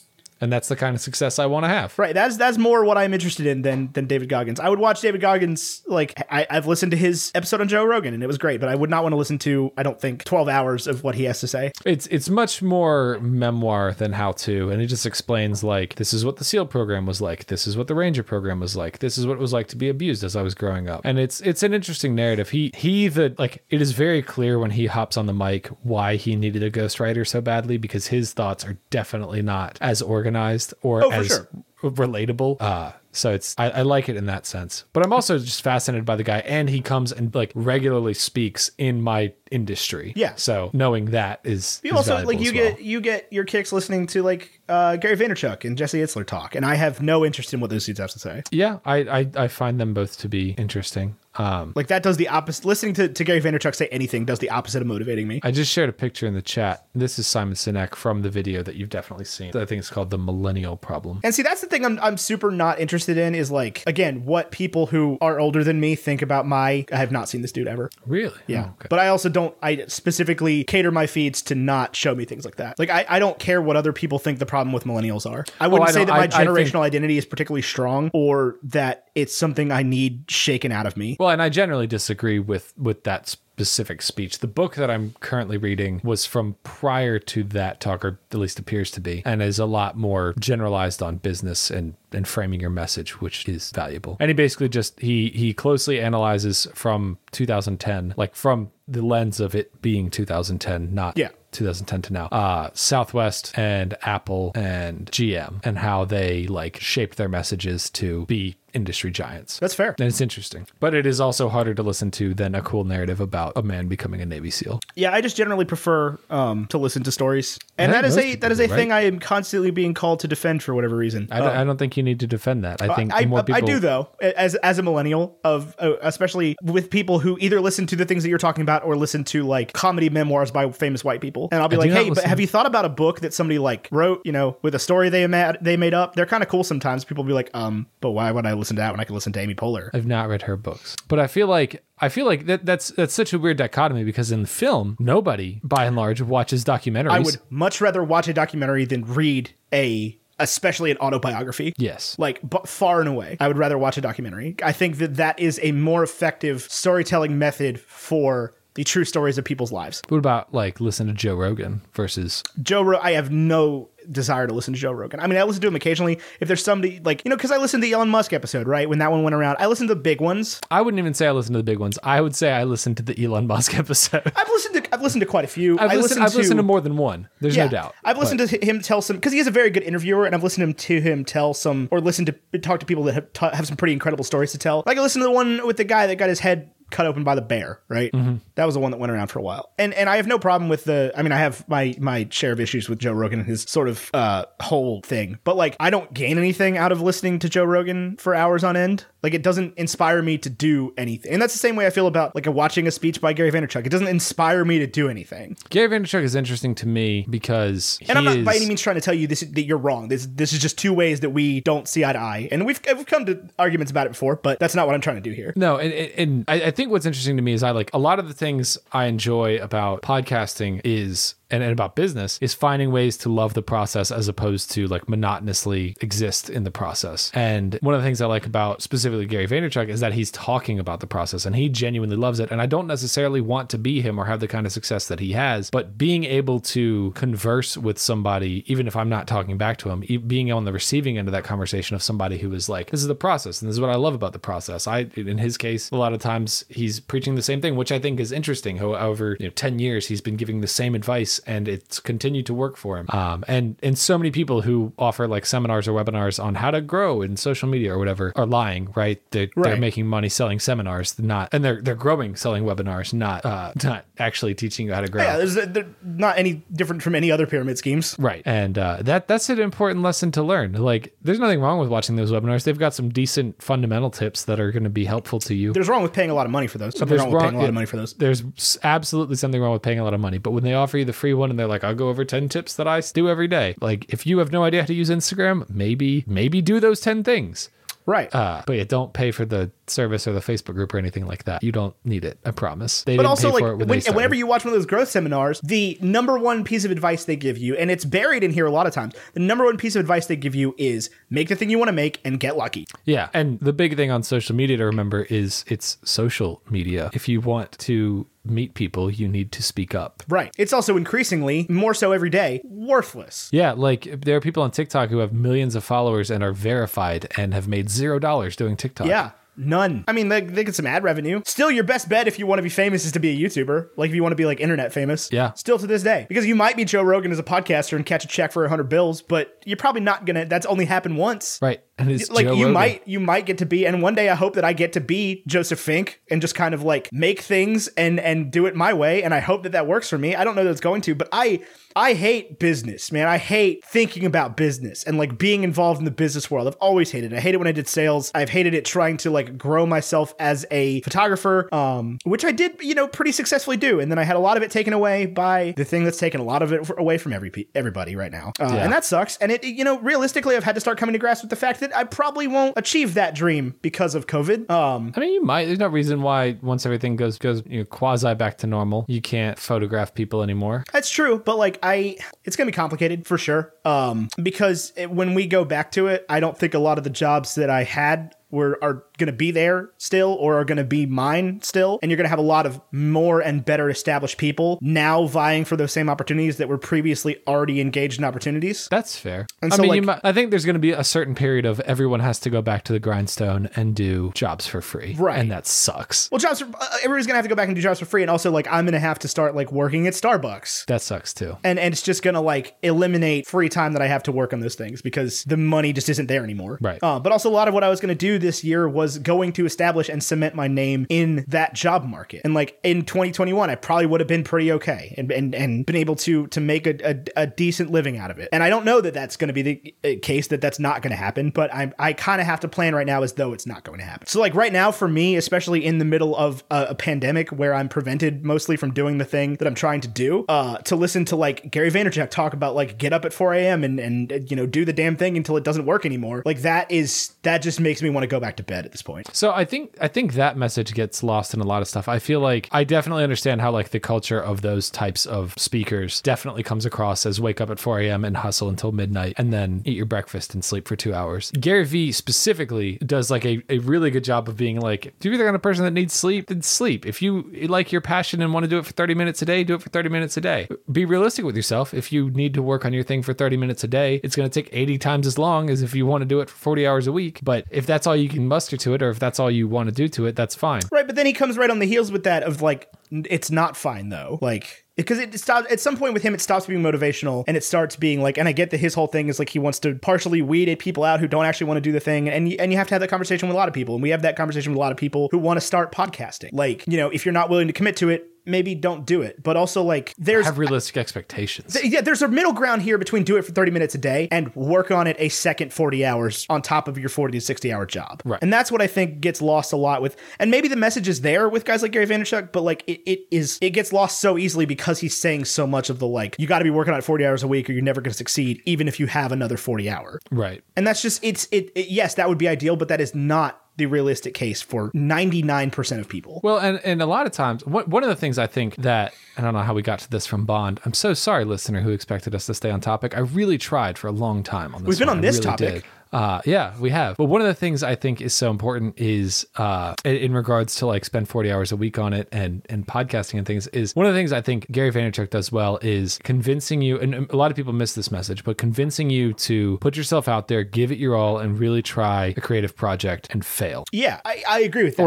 S2: And that's the kind of success I want to have.
S3: Right, that's that's more what I'm interested in than than David Goggins. I would watch David Goggins like I, I've listened to his episode on Joe Rogan and it was great, but I would not want to listen to I don't think 12 hours of what he has to say.
S2: It's it's much more memoir than how to, and it just explains like this is what the SEAL E program was like, this is what the Ranger program was like, this is what it was like to be abused as I was growing up. And it's it's an interesting narrative. He he the like it is very clear when he hops on the mic why he needed a ghostwriter so badly because his thoughts are definitely not as organized or
S3: Oh, for
S2: as
S3: sure.
S2: relatable. Uh, so it's I, I like it in that sense. But I'm also just fascinated by the guy, and he comes and like regularly speaks in my industry.
S3: Yeah.
S2: So knowing that is
S3: You
S2: is
S3: also
S2: valuable
S3: like
S2: as
S3: you
S2: well.
S3: get you get your kicks listening to like uh, Gary Vaynerchuk and Jesse Itzler talk, and I have no interest in what those dudes have to say.
S2: yeah. I, I I find them both to be interesting. Um,
S3: Like that does the opposite. Listening to, to Gary Vaynerchuk say anything does the opposite of motivating me.
S2: I just shared a picture in the chat. This is Simon Sinek from the video that you've definitely seen. I think it's called the Millennial Problem.
S3: And see, that's the thing I'm, I'm super not interested in is like again what people who are older than me think about my. I have not seen this dude ever.
S2: Really?
S3: Yeah.
S2: Oh, okay.
S3: But I also don't, I specifically cater my feeds to not show me things like that. Like, I, I don't care what other people think the problem with millennials are. I
S2: Oh,
S3: wouldn't
S2: I
S3: say
S2: don't-
S3: that my
S2: I- I think-
S3: generational identity is particularly strong or that it's something I need shaken out of me.
S2: Well, and I generally disagree with with that specific speech. The book that I'm currently reading was from prior to that talk, or at least appears to be, and is a lot more generalized on business and and framing your message, which is valuable. And he basically just he he closely analyzes from 2010, like from the lens of it being 2010, not
S3: Yeah.
S2: 2010 to now uh southwest and apple and gm and how they like shaped their messages to be industry giants
S3: That's fair.
S2: and it's interesting, but it is also harder to listen to than a cool narrative about a man becoming a Navy SEAL.
S3: Yeah, I just generally prefer um, to listen to stories, and
S2: I think
S3: that
S2: most
S3: is a
S2: people
S3: that is
S2: do,
S3: a thing
S2: right?
S3: I am constantly being called to defend for whatever reason.
S2: I, don't, I don't think you need to defend that. I think
S3: Oh. I,
S2: the more
S3: I-
S2: people
S3: I do though, as as a millennial, of uh, especially with people who either listen to the things that you're talking about or listen to like comedy memoirs by famous white people, and I'll be
S2: I
S3: like,
S2: do not
S3: hey, but
S2: listen-
S3: have you thought about a book that somebody like wrote, you know, with a story they made they made up? They're kind of cool sometimes. People be like, um, but why would I listen to that when I can listen to Amy Poehler?
S2: I've not read her books, but I feel like I feel like that, that's that's such a weird dichotomy because in film, nobody by and large watches documentaries.
S3: I would much rather watch a documentary than read a, especially an autobiography.
S2: yes,
S3: like b- far and away i would rather watch a documentary i think that that is a more effective storytelling method for the true stories of people's lives
S2: What about like listen to Joe Rogan versus
S3: joe Ro- i have no desire to listen to joe rogan i mean i listen to him occasionally if there's somebody like you know because i listened to the elon musk episode right when that one went around i listened to the big ones
S2: I wouldn't even say I listen to the big ones. I would say I listen to the Elon Musk episode.
S3: i've listened to i've listened to quite a few
S2: I've
S3: I
S2: listened, I've listened to more than one. There's no doubt.
S3: I've listened to him tell some because he is a very good interviewer, and I've listened to him tell some or listened to talk to people that have, ta- have some pretty incredible stories to tell. Like I listened to the one with the guy that got his head cut open by the bear, right?
S2: Mm-hmm.
S3: That was the one that went around for a while. And and I have no problem with the. I mean, I have my my share of issues with Joe Rogan and his sort of uh, whole thing, but like I don't gain anything out of listening to Joe Rogan for hours on end. Like it doesn't inspire me to do anything, and that's the same way I feel about like watching a speech by Gary Vaynerchuk. It doesn't inspire me to do anything.
S2: Gary Vaynerchuk is interesting to me because
S3: And I'm
S2: he
S3: not by
S2: is-
S3: any means trying to tell you this that you're wrong. This this is just two ways that we don't see eye to eye, and we've we've come to arguments about it before, but that's not what I'm trying to do here.
S2: No, and, and, and I, I think what's interesting to me is I like a lot of the things I enjoy about podcasting is and, and about business is finding ways to love the process as opposed to like monotonously exist in the process. And one of the things I like about specifically Gary Vaynerchuk is that he's talking about the process and he genuinely loves it. And I don't necessarily want to be him or have the kind of success that he has, but being able to converse with somebody, even if I'm not talking back to him, e- being on the receiving end of that conversation of somebody who is like, this is the process and this is what I love about the process. I, in his case, a lot of times he's preaching the same thing, which I think is interesting. However, you know, 10 years he's been giving the same advice and it's continued to work for him. Um, and and so many people who offer like seminars or webinars on how to grow in social media or whatever are lying, right? They're, they're
S4: Right.
S2: making money selling seminars, not and they're they're growing selling webinars, not uh, not actually teaching you how to grow.
S3: Yeah, there's they're not any different from any other pyramid schemes.
S2: Right. And uh, that that's an important lesson to learn. Like, there's nothing wrong with watching those webinars. They've got some decent fundamental tips that are going to be helpful to you.
S3: There's wrong with paying a lot of money for those. Something
S2: There's
S3: wrong with paying a lot
S2: yeah,
S3: of money for those.
S2: There's s- absolutely something wrong with paying a lot of money. But when they offer you the free one and they're like, I'll go over 10 tips that I s- do every day. Like, if you have no idea how to use Instagram, maybe, maybe do those 10 things.
S3: Right.
S2: Uh, but yeah, don't pay for the service or the Facebook group or anything like that. You don't need it. I promise. They
S3: but
S2: didn't
S3: also,
S2: pay
S3: like,
S2: for it when
S3: when,
S2: they started.
S3: whenever you watch one of those growth seminars, the number one piece of advice they give you, and it's buried in here a lot of times, the number one piece of advice they give you is make the thing you want to make and get lucky.
S2: Yeah. And the big thing on social media to remember is it's social media. If you want to meet people, you need to speak up.
S3: Right. It's also increasingly, more so every day, worthless.
S2: Yeah, like there are people on TikTok who have millions of followers and are verified and have made zero dollars doing TikTok.
S3: Yeah. None. I mean, they, they get some ad revenue. Still, your best bet if you want to be famous is to be a YouTuber. Like, if you want to be like internet famous.
S2: Yeah.
S3: Still to this day, because you might be Joe Rogan as a podcaster and catch a check for a hundred bills, but you're probably not gonna. That's only happened once.
S2: Right. And it's
S3: like
S2: Joe
S3: you
S2: Rogan.
S3: might you might get to be and one day i hope that i get to be joseph fink and just kind of like make things and and do it my way and i hope that that works for me i don't know that it's going to but i i hate business man i hate thinking about business and like being involved in the business world i've always hated it i hate it when i did sales i've hated it trying to like grow myself as a photographer um which i did you know pretty successfully do and then i had a lot of it taken away by the thing that's taken a lot of it away from every pe- everybody right now uh,
S2: Yeah.
S3: and that sucks. And it, you know, realistically, I've had to start coming to grasp with the fact that I probably won't achieve that dream because of COVID. Um,
S2: I mean, you might. There's no reason why once everything goes goes you know, quasi back to normal, you can't photograph people anymore.
S3: that's true, but like I, it's gonna be complicated for sure. Um, because it, when we go back to it, I don't think a lot of the jobs that I had were are gonna be there still or are gonna be mine still. And you're gonna have a lot of more and better established people now vying for those same opportunities that were previously already engaged in opportunities.
S2: That's fair.
S3: And
S2: I
S3: so,
S2: mean, you
S3: like-
S2: might, I think there's going to be a certain period of everyone has to go back to the grindstone and do jobs for free,
S3: Right.
S2: And that sucks.
S3: Well, jobs. For, uh, everybody's gonna have to go back and do jobs for free, and also like I'm gonna have to start like working at Starbucks
S2: That sucks too.
S3: and and it's just gonna like eliminate free time that I have to work on those things because the money just isn't there anymore.
S2: Right.
S3: Uh, but also a lot of what I was gonna do this year was going to establish and cement my name in that job market. And like in 2021, I probably would have been pretty okay and and, and been able to to make a, a, a decent living out of it. And I don't know that that's gonna be the uh, case that that's not gonna happen. But I I kind of have to plan right now as though it's not going to happen. So like right now for me, especially in the middle of a, a pandemic where I'm prevented mostly from doing the thing that I'm trying to do, uh, to listen to like Gary Vaynerchuk talk about like get up at 4 a.m. and and uh, you know do the damn thing until it doesn't work anymore. Like that is that just makes me want to go back to bed at this point.
S2: So I think I think that message gets lost in a lot of stuff. I feel like I definitely understand how like the culture of those types of speakers definitely comes across as wake up at 4 a.m. and hustle until midnight and then eat your breakfast and sleep for two hours. Gary Vee specifically does like a, a really good job of being like, if you're the kind of person that needs sleep, then sleep. If you like your passion and want to do it for 30 minutes a day, do it for 30 minutes a day. Be realistic with yourself. If you need to work on your thing for 30 minutes a day, it's going to take 80 times as long as if you want to do it for 40 hours a week. But if that's all you can muster to it, or if that's all you want to do to it, that's fine.
S3: Right, but then he comes right on the heels with that of like n- it's not fine though. Like because it stops at some point with him it stops being motivational and it starts being like and I get that his whole thing is like he wants to partially weed at people out who don't actually want to do the thing and y- and you have to have that conversation with a lot of people and we have that conversation with a lot of people who want to start podcasting. Like, you know, if you're not willing to commit to it, maybe don't do it. But also like there's
S2: Have realistic expectations.
S3: yeah, there's a middle ground here between do it for 30 minutes a day and work on it a second 40 hours on top of your 40 to 60 hour job.
S2: Right.
S3: And that's what I think gets lost a lot with, and maybe the message is there with guys like Gary Vaynerchuk, but like it, it is, it gets lost so easily because he's saying so much of the like, you got to be working on it 40 hours a week or you're never going to succeed, even if you have another 40 hour.
S2: Right.
S3: And that's just, it's, it, it, yes, that would be ideal, but that is not the realistic case for 99% of people.
S2: Well, and, and a lot of times, one one of the things I think that, I don't know how we got to this from Bond. I'm so sorry, listener, who expected us to stay on toc. I really tried for a long time on this.
S3: We've been
S2: one.
S3: on
S2: I
S3: this
S2: really
S3: topic.
S2: did. Uh, yeah, we have. But one of the things I think is so important is uh, in, in regards to like spend 40 hours a week on it and and podcasting and things is one of the things I think Gary Vaynerchuk does well is convincing you. And a lot of people miss this message, but convincing you to put yourself out there, give it your all, and really try a creative project and fail
S3: yeah, I, I agree with that.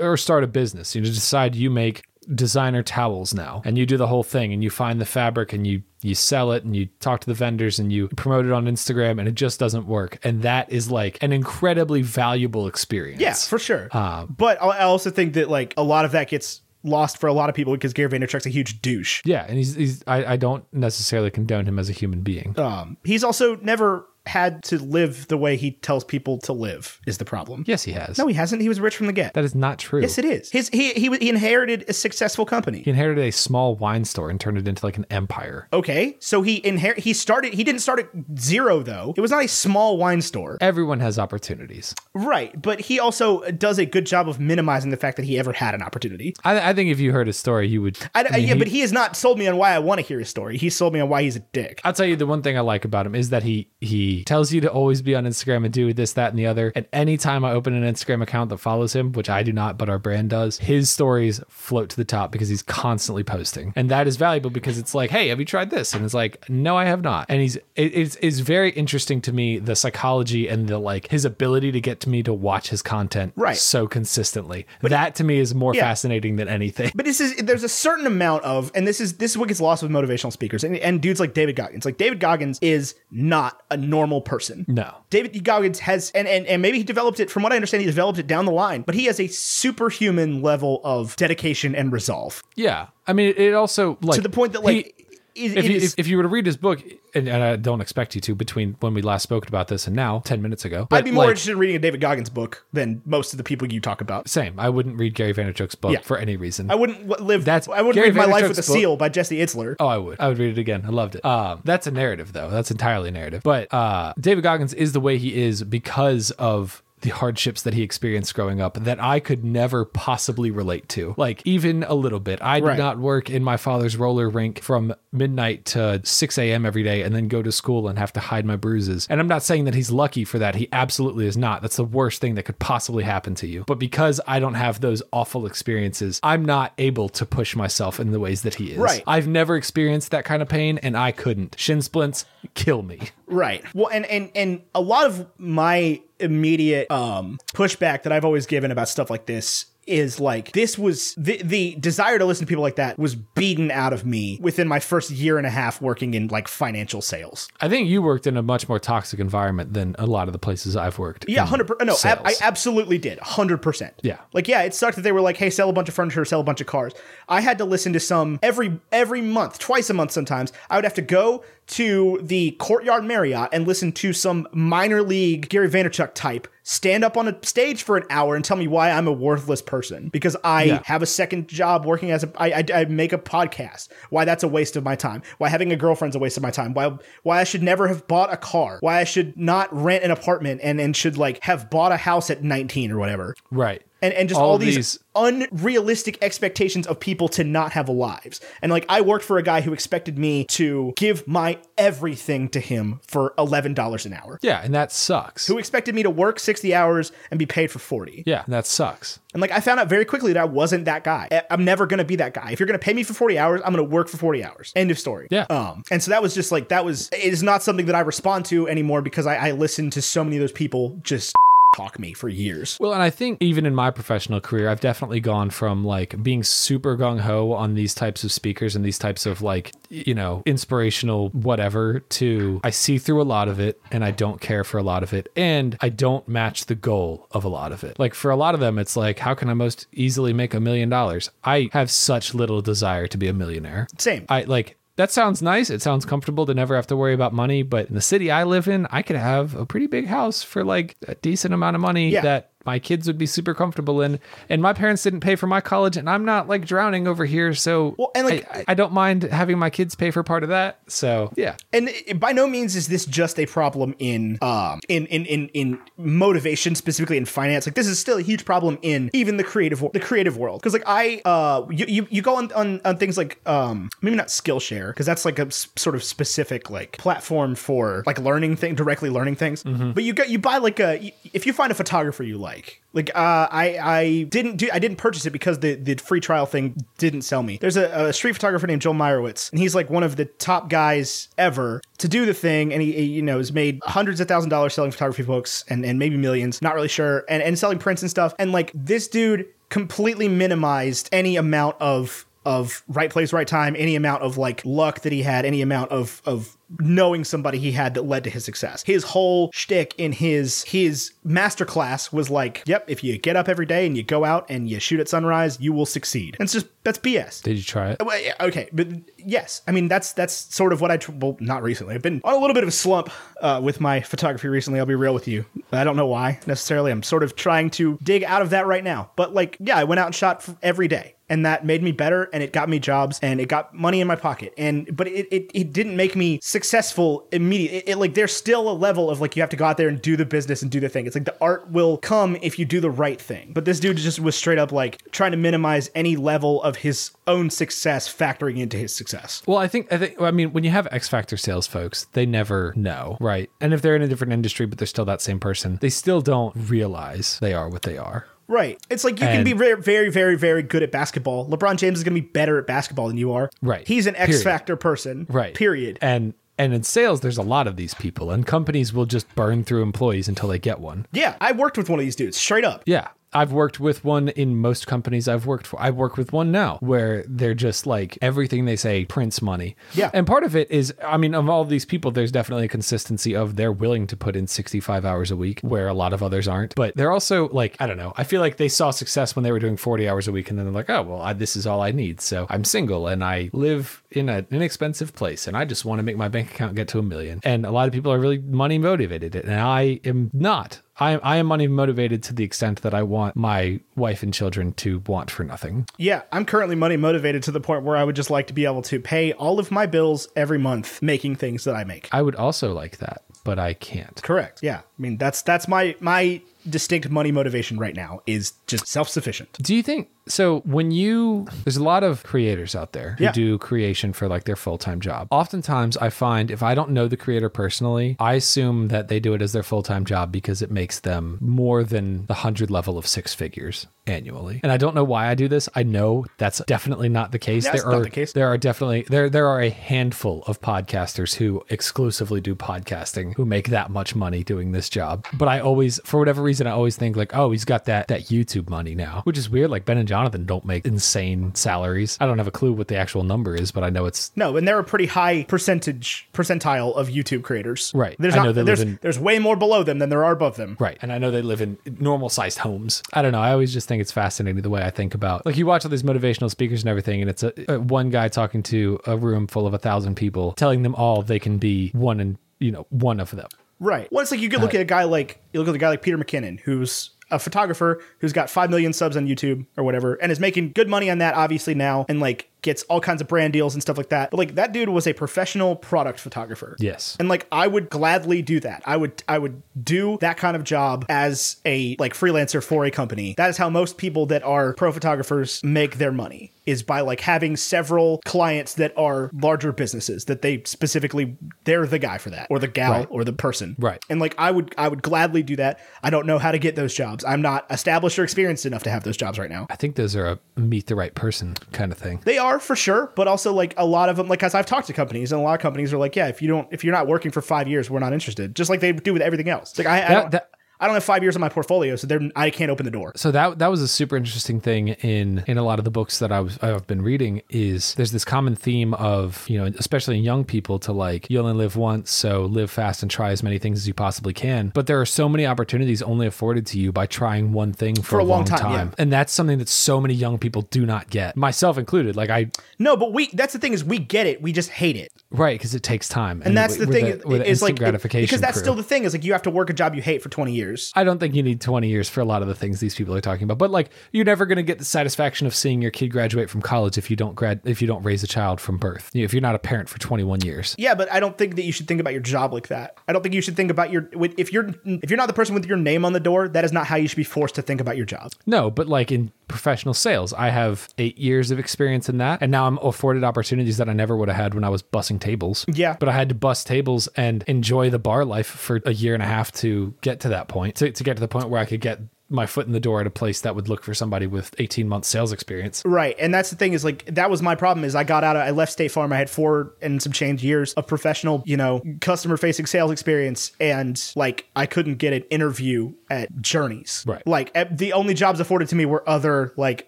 S2: or or start a business. You know, decide you make designer towels now, and you do the whole thing, and you find the fabric, and you you sell it, and you talk to the vendors, and you promote it on Instagram, and it just doesn't work, and that is like an incredibly valuable experience.
S3: Yeah, for sure.
S2: uh,
S3: but I- I also think that like a lot of that gets lost for a lot of people because Gary Vaynerchuk's a huge douche.
S2: Yeah, and he's, he's I, I don't necessarily condone him as a human being.
S3: Um, he's also never had to live the way he tells people to live is the problem.
S2: yes, he has.
S3: No, he hasn't. He was rich from the get.
S2: that is not true.
S3: yes, it is. His he he, he inherited a successful company.
S2: he inherited a small wine store and turned it into like an empire.
S3: Okay, so he inherit he started he didn't start at zero though. It was not a small wine store.
S2: Everyone has opportunities.
S3: Right, but he also does a good job of minimizing the fact that he ever had an opportunity.
S2: I, I think if you heard his story, you would.
S3: I,
S2: mean,
S3: yeah, but he has not sold me on why I want to hear his story. He sold me on why he's a dick.
S2: I'll tell you the one thing I like about him is that he he tells you to always be on Instagram and do this, that, and the other. And anytime I open an Instagram account that follows him, which I do not, but our brand does, his stories float to the top because he's constantly posting, and that is valuable because it's like, hey, have you tried this? And it's like, no, I have not. And he's it, it's it's very interesting to me the psychology and the like his ability to get to me to watch his content
S3: Right.
S2: so consistently. that to me is more fascinating than anything.
S3: But this is there's a certain amount of, and this is this is what gets lost with motivational speakers and, and dudes like David Goggins. Like David Goggins is not a normal person.
S2: No.
S3: David Goggins has, and, and and maybe he developed it. From what I understand, he developed it down the line. But he has a superhuman level of dedication and resolve
S2: Yeah, I mean, it also like
S3: to the point that
S2: he-
S3: like. it-
S2: if
S3: it
S2: you,
S3: is-
S2: if, if you were to read his book, and, and I don't expect you to, between when we last spoke about this and now, ten minutes ago, but,
S3: I'd be more
S2: like,
S3: interested in reading a David Goggins book than most of the people you talk about.
S2: Same. I wouldn't read Gary Vaynerchuk's book
S3: Yeah.
S2: for any reason.
S3: I wouldn't w- live.
S2: That's-
S3: I wouldn't
S2: Gary
S3: read my life with a
S2: Vaynerchuk's book-
S3: seal by Jesse Itzler.
S2: Oh, I would. I would read it again. I loved it. Um, that's a narrative, though. That's entirely narrative. But uh, David Goggins is the way he is because of the hardships that he experienced growing up that I could never possibly relate to, like even a little bit. I did
S3: Right.
S2: not work in my father's roller rink from midnight to 6 a.m. every day and then go to school and have to hide my bruises. And I'm not saying that he's lucky for that. He absolutely is not. That's the worst thing that could possibly happen to you. But because I don't have those awful experiences, I'm not able to push myself in the ways that he is.
S3: Right.
S2: I've never experienced that kind of pain and I couldn't. Shin splints kill me.
S3: Right. Well, and and and a lot of my immediate um pushback that I've always given about stuff like this is like this was the, the desire to listen to people like that was beaten out of me within my first year and a half working in like financial sales.
S2: I think you worked in a much more toxic environment than a lot of the places I've worked.
S3: Yeah,
S2: in
S3: hundred percent. No,
S2: Mm-hmm. sales.
S3: I, I absolutely did, hundred percent.
S2: Yeah.
S3: like yeah, it sucked that they were like, "Hey, sell a bunch of furniture, sell a bunch of cars." I had to listen to some every every month, twice a month sometimes. I would have to go to the Courtyard Marriott and listen to some minor league Gary Vaynerchuk type stand up on a stage for an hour and tell me why I'm a worthless person because I
S2: Yeah.
S3: have a second job working as a I, I, I make a podcast. Why that's a waste of my time. Why having a girlfriend's a waste of my time. Why why I should never have bought a car. Why I should not rent an apartment and and should like have bought a house at 19 or whatever.
S2: right.
S3: And and just all,
S2: All
S3: these,
S2: these-
S3: unrealistic expectations of people to not have lives. And like I worked for a guy who expected me to give my everything to him for eleven dollars an hour.
S2: Yeah, and that sucks.
S3: Who expected me to work 60 hours and be paid for 40.
S2: yeah, and that sucks.
S3: And like I found out very quickly that I wasn't that guy. I- I'm never gonna be that guy. If you're gonna pay me for 40 hours, I'm gonna work for 40 hours. End of story.
S2: Yeah.
S3: Um. And so that was just like that was it is not something that I respond to anymore because I, I listened to so many of those people just talk me for years.
S2: Well, and I think even in my professional career, I've definitely gone from like being super gung ho on these types of speakers and these types of like, y- you know, inspirational whatever to I see through a lot of it and I don't care for a lot of it and I don't match the goal of a lot of it. Like for a lot of them, it's like, how can I most easily make a million dollars? I have such little desire to be a millionaire.
S3: Same.
S2: I like that sounds nice. It sounds comfortable to never have to worry about money, but in the city I live in, I could have a pretty big house for like a decent amount of money
S3: Yeah.
S2: that my kids would be super comfortable in. And my parents didn't pay for my college and I'm not like drowning over here, so
S3: Well, and, like,
S2: I, I- I don't mind having my kids pay for part of that. So, yeah.
S3: and it- by no means is this just a problem in um in in in, in motivation specifically in finance like this is still a huge problem in even the creative wor- the creative world because like i uh you, you you go on, on on things like um maybe not skillshare because that's like a s- sort of specific like platform for like learning thing directly learning things but you get you buy like a y- if you find a photographer you like like uh i i didn't do i didn't purchase it because the the free trial thing didn't sell me there's a, a street photographer named joel meyerowitz and he's like one of the top guys ever to do the thing and he, he, you know has made hundreds of thousand dollars selling photography books and and maybe millions not really sure and and selling prints and stuff and like this dude completely minimized any amount of of right place, right time, any amount of like luck that he had, any amount of of knowing somebody he had that led to his success. His whole shtick in his his masterclass was like, "Yep, if you get up every day and you go out and you shoot at sunrise, you will succeed." And it's just that's BS.
S2: Did you try it?
S3: Uh, Well, yeah, okay, but yes, I mean that's that's sort of what I tr- well not recently. I've been on a little bit of a slump uh, with my photography recently. I'll be real with you. I don't know why necessarily. I'm sort of trying to dig out of that right now. But like, yeah, I went out and shot f- every day, and that made me better, and it got me jobs, and it got money in my pocket. And but it it, it didn't make me successful immediately. It, it like there's still a level of like you have to go out there and do the business and do the thing. It's like the art will come if you do the right thing. But this dude just was straight up like trying to minimize any level of his own success factoring into his success.
S2: Well, I think I think I mean when you have X Factor sales folks, they never know, right? And if they're in a different industry but they're still that same person, they still don't realize they are what they are.
S3: Right. It's like you can be very, very, very, very good at basketball. LeBron James is going to be better at basketball than you are.
S2: Right.
S3: He's an X
S2: Period.
S3: factor person.
S2: Right.
S3: Period.
S2: And and in sales there's a lot of these people and companies will just burn through employees until they get one.
S3: yeah. I worked with one of these dudes straight up.
S2: Yeah. I've worked with one in most companies I've worked for. I work with one now where they're just like everything they say prints money.
S3: Yeah.
S2: And part of it is, I mean, of all these people, there's definitely a consistency of they're willing to put in 65 hours a week where a lot of others aren't. But they're also like, I don't know, I feel like they saw success when they were doing 40 hours a week and then they're like, oh, well, I, this is all I need. So I'm single and I live in an inexpensive place and I just want to make my bank account get to a million. And a lot of people are really money motivated. And I am not. I, I am money motivated to the extent that I want my wife and children to want for nothing.
S3: Yeah. I'm currently money motivated to the point where I would just like to be able to pay all of my bills every month making things that I make.
S2: I would also like that, but I can't.
S3: Correct. Yeah. I mean, that's that's my my distinct money motivation right now is just self-sufficient.
S2: Do you think so? When you, there's a lot of creators out there who
S3: Yeah.
S2: do creation for like their full time job. Oftentimes, I find if I don't know the creator personally, I assume that they do it as their full time job because it makes them more than the hundred level of six figures annually. And I don't know why I do this. I know that's definitely not the case.
S3: That's
S2: there
S3: not
S2: are
S3: the case.
S2: there are definitely there there are a handful of podcasters who exclusively do podcasting who make that much money doing this job. But I always, for whatever reason, I always think like, oh, he's got that that YouTube money now, which is weird. Like Ben and Jonathan don't make insane salaries. I don't have a clue what the actual number is, but I know it's
S3: No, and they're a pretty high percentage percentile of YouTube creators.
S2: Right.
S3: There's
S2: I
S3: not,
S2: know they live
S3: there's,
S2: in-
S3: there's way more below them than there are above them.
S2: Right. And I know they live in normal sized homes. I don't know. I always just think it's fascinating the way I think about like you watch all these motivational speakers and everything, and it's a, a one guy talking to a room full of a thousand people, telling them all they can be one and you know one of them.
S3: Right. Well, it's like you could look at a guy like you look at a guy like Peter McKinnon, who's a photographer who's got five million subs on YouTube or whatever, and is making good money on that, obviously now, and like gets all kinds of brand deals and stuff like that. But like that dude was a professional product photographer.
S2: Yes.
S3: And like I would gladly do that. I would I would do that kind of job as a like freelancer for a company. That is how most people that are pro photographers make their money is by like having several clients that are larger businesses that they specifically they're the guy for that or the gal
S2: Right.
S3: or the person.
S2: Right.
S3: And like I would I would gladly do that. I don't know how to get those jobs. I'm not established or experienced enough to have those jobs right now.
S2: I think those are a meet the right person kind of thing.
S3: They are for sure, but also like a lot of them, like as I've talked to companies, and a lot of companies are like, yeah, if you don't, if you're not working for five years, we're not interested. Just like they do with everything else. Like I, I,
S2: That-
S3: don't,
S2: that-
S3: I don't have five years on my portfolio, so they're, I can't open the door.
S2: So that that was a super interesting thing in in a lot of the books that I was I've been reading is there's this common theme of you know especially in young people to like you only live once so live fast and try as many things as you possibly can but there are so many opportunities only afforded to you by trying one thing for, a long, time,
S3: yeah.
S2: and that's something that so many young people do not get myself included like I
S3: No, but we, that's the thing is we get it, we just hate it.
S2: right because it takes time
S3: And that's the
S2: we're
S3: thing
S2: we're the
S3: is
S2: instant
S3: like,
S2: gratification
S3: because that's
S2: crew.
S3: still the thing is like you have to work a job you hate for 20 years.
S2: I don't think you need 20 years for a lot of the things these people are talking about. But like, you're never going to get the satisfaction of seeing your kid graduate from college if you don't grad if you don't raise a child from birth. You know, If you're not a parent for 21 years.
S3: Yeah, but I don't think that you should think about your job like that. I don't think you should think about your with- if you're if you're not the person with your name on the door, that is not how you should be forced to think about your job.
S2: No, but like in professional sales, I have 8 years of experience in that and now I'm afforded opportunities that I never would have had when I was bussing tables.
S3: Yeah.
S2: But I had to bus tables and enjoy the bar life for a year and a half to get to that point. To to get to the point where I could get my foot in the door at a place that would look for somebody with 18 months sales experience.
S3: Right, and that's the thing is like that was my problem is I got out of I left State Farm I had four and some change years of professional you know customer facing sales experience and like I couldn't get an interview at Journeys.
S2: Right.
S3: Like at- the only jobs afforded to me were other like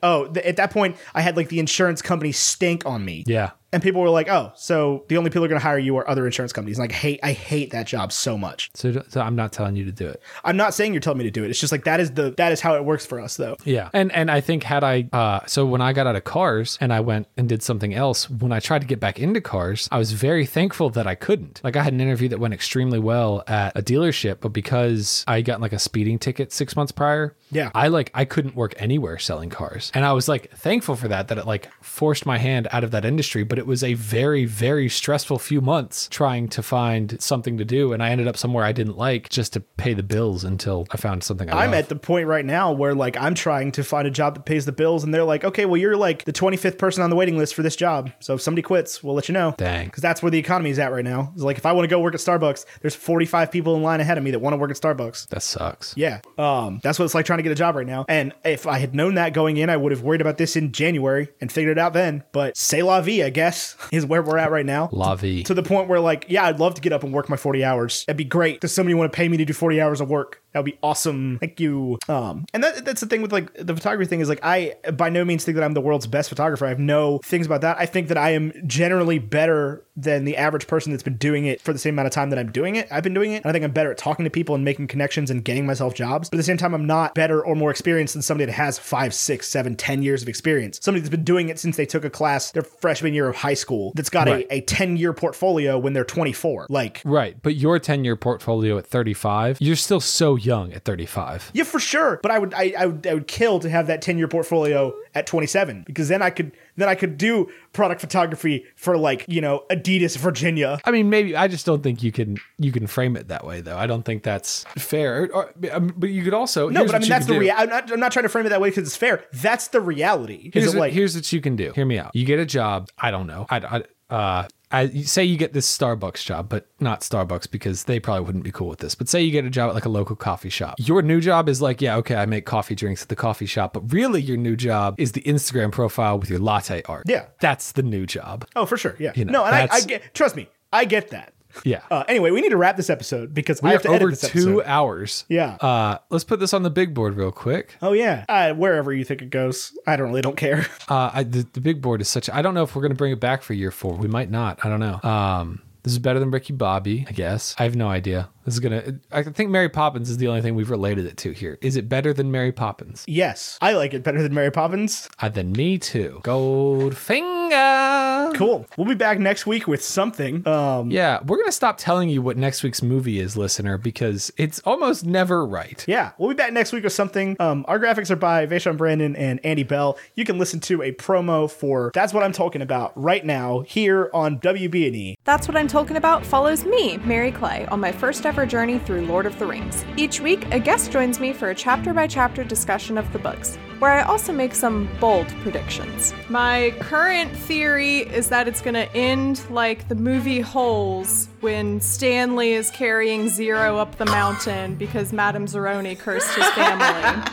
S3: oh th- at that point I had like the insurance company stink on me.
S2: Yeah.
S3: And people were like, "Oh, so the only people who are going to hire you are other insurance companies." And like, hate I hate that job so much.
S2: So, so I'm not telling you to do it.
S3: I'm not saying you're telling me to do it. It's just like that is the that is how it works for us though.
S2: Yeah. And and I think had I uh so when I got out of cars and I went and did something else, when I tried to get back into cars, I was very thankful that I couldn't. Like I had an interview that went extremely well at a dealership, but because I got like a speeding ticket 6 months prior,
S3: Yeah.
S2: I like I couldn't work anywhere selling cars. And I was like thankful for that that it like forced my hand out of that industry, but it was a very very stressful few months trying to find something to do and I ended up somewhere I didn't like just to pay the bills until I found something I
S3: I'm
S2: love.
S3: at the point right now where like I'm trying to find a job that pays the bills, and they're like, okay, well you're like the 25th person on the waiting list for this job. So if somebody quits, we'll let you know.
S2: Dang.
S3: because that's where the economy is at right now. It's like if I want to go work at Starbucks, there's 45 people in line ahead of me that want to work at Starbucks.
S2: that sucks.
S3: Yeah, um, that's what it's like trying to get a job right now. And if I had known that going in, I would have worried about this in January and figured it out then. But c'est la vie, I guess, is where we're at right now.
S2: La vie.
S3: to the point where like yeah i'd love to get up and work my 40 hours that'd be great does somebody want to pay me to do 40 hours of work that would be awesome thank you um and that, that's the thing with like the photography thing is like i by no means think that i'm the world's best photographer i have no things about that i think that i am generally better than the average person that's been doing it for the same amount of time that i'm doing it i've been doing it and i think i'm better at talking to people and making connections and getting myself jobs but at the same time i'm not better or more experienced than somebody that has five six seven ten years of experience somebody that's been doing it since they took a class their freshman year of high school that's got
S2: Right.
S3: a, a 10 year portfolio when they're 24. Like,
S2: Right, but your 10-year portfolio at 35, you're still so young at 35.
S3: yeah, for sure. But I would, I, I would, I would kill to have that 10 year portfolio at 27 because then I could, then I could do product photography for like, you know, Adidas Virginia.
S2: I mean, maybe I just don't think you can you can frame it that way though. I don't think that's fair. Or, or- um, but you could also
S3: No,
S2: here's
S3: but I
S2: what
S3: mean,
S2: you
S3: that's
S2: could
S3: the
S2: do.
S3: reality. I'm not, I'm not trying to frame it that way because it's fair. That's the reality. Is
S2: Here's
S3: it
S2: what,
S3: like,
S2: here's what you can do. Hear me out. You get a job. I don't know. I, I uh, I you say you get this Starbucks job, but not Starbucks because they probably wouldn't be cool with this. But say you get a job at like a local coffee shop. Your new job is like, yeah, okay, I make coffee drinks at the coffee shop, but really your new job is the Instagram profile with your latte art.
S3: Yeah.
S2: that's the new job.
S3: oh, for sure. Yeah.
S2: You know,
S3: no, and I, I
S2: that's-
S3: get, trust me, I get that.
S2: Yeah.
S3: Uh, anyway, we need to wrap this episode because I
S2: We are
S3: have to edit
S2: over
S3: this
S2: two
S3: episode.
S2: hours.
S3: Yeah.
S2: Uh, let's put this on the big board real quick.
S3: Oh yeah, uh, wherever you think it goes, I don't really don't care.
S2: Uh, I, the, the big board is such. I don't know if we're going to bring it back for year four. We might not. I don't know. Um, this is better than Ricky Bobby, I guess. I have no idea. This is gonna. I think Mary Poppins is the only thing we've related it to here. Is it better than Mary Poppins?
S3: yes, I like it better than Mary Poppins.
S2: Uh, then me too. Goldfinger.
S3: Cool. We'll be back next week with something. Um,
S2: Yeah, we're gonna stop telling you what next week's movie is, listener, because it's almost never right.
S3: yeah, we'll be back next week with something. Um, our graphics are by Vaishon Brandon and Andy Bell. You can listen to a promo for That's What I'm Talking About right now here on WB&E.
S5: That's What I'm Talking About follows me, Mary Clay, on my first ever journey through Lord of the Rings. Each week, a guest joins me for a chapter by chapter discussion of the books, where I also make some bold predictions. My current theory is that it's going to end like the movie Holes when Stanley is carrying Zero up the mountain because Madame Zeroni cursed his family.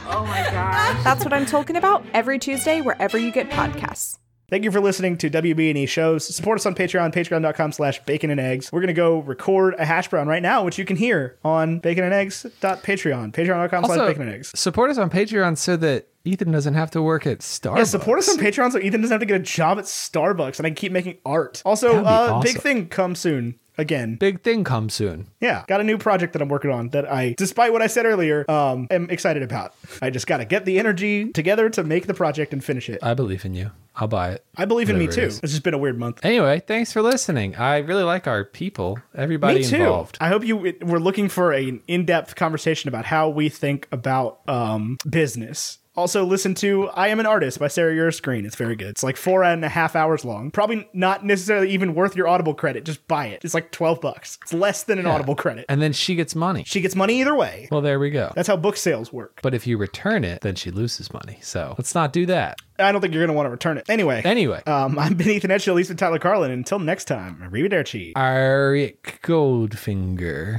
S6: Oh my god.
S5: That's What I'm Talking About every Tuesday, wherever you get podcasts.
S3: Thank you for listening to WB&E E shows. Support us on Patreon, patreon.com slash bacon and eggs. We're going to go record a hash brown right now, which you can hear on bacon and eggs.patreon, patreon.com slash
S2: Also,
S3: bacon and eggs.
S2: support us on Patreon so that Ethan doesn't have to work at Starbucks.
S3: Yeah, support us on Patreon so Ethan doesn't have to get a job at Starbucks and I can keep making art. Also,
S2: That'd be
S3: uh,
S2: awesome.
S3: big thing comes soon again.
S2: Big thing comes soon.
S3: Yeah, got a new project that I'm working on that I, despite what I said earlier, um, am excited about. I just got to get the energy together to make the project and finish it.
S2: I believe in you. I'll buy it.
S3: I believe in me
S2: Whatever
S3: too.
S2: it
S3: It's
S2: is.
S3: just been a weird month.
S2: Anyway, thanks for listening. I really like our people, everybody
S3: Me too.
S2: involved.
S3: I hope you. it- We're looking for an in-depth conversation about how we think about um, business. Also, listen to "I Am an Artist" by Sarah Urscreen. It's very good. It's like four and a half hours long. Probably not necessarily even worth your Audible credit. Just buy it. It's like twelve bucks. It's less than an Audible credit.
S2: And then she gets money.
S3: She gets money either way.
S2: Well, there we go.
S3: That's how book sales work.
S2: But if you return it, then she loses money. So let's not do that.
S3: I don't think you're gonna want to return it anyway.
S2: Anyway,
S3: Um, I've been Ethan Etchell, Lisa Tyler Carlin. Until next time, arrivederci.
S2: Eric Goldfinger.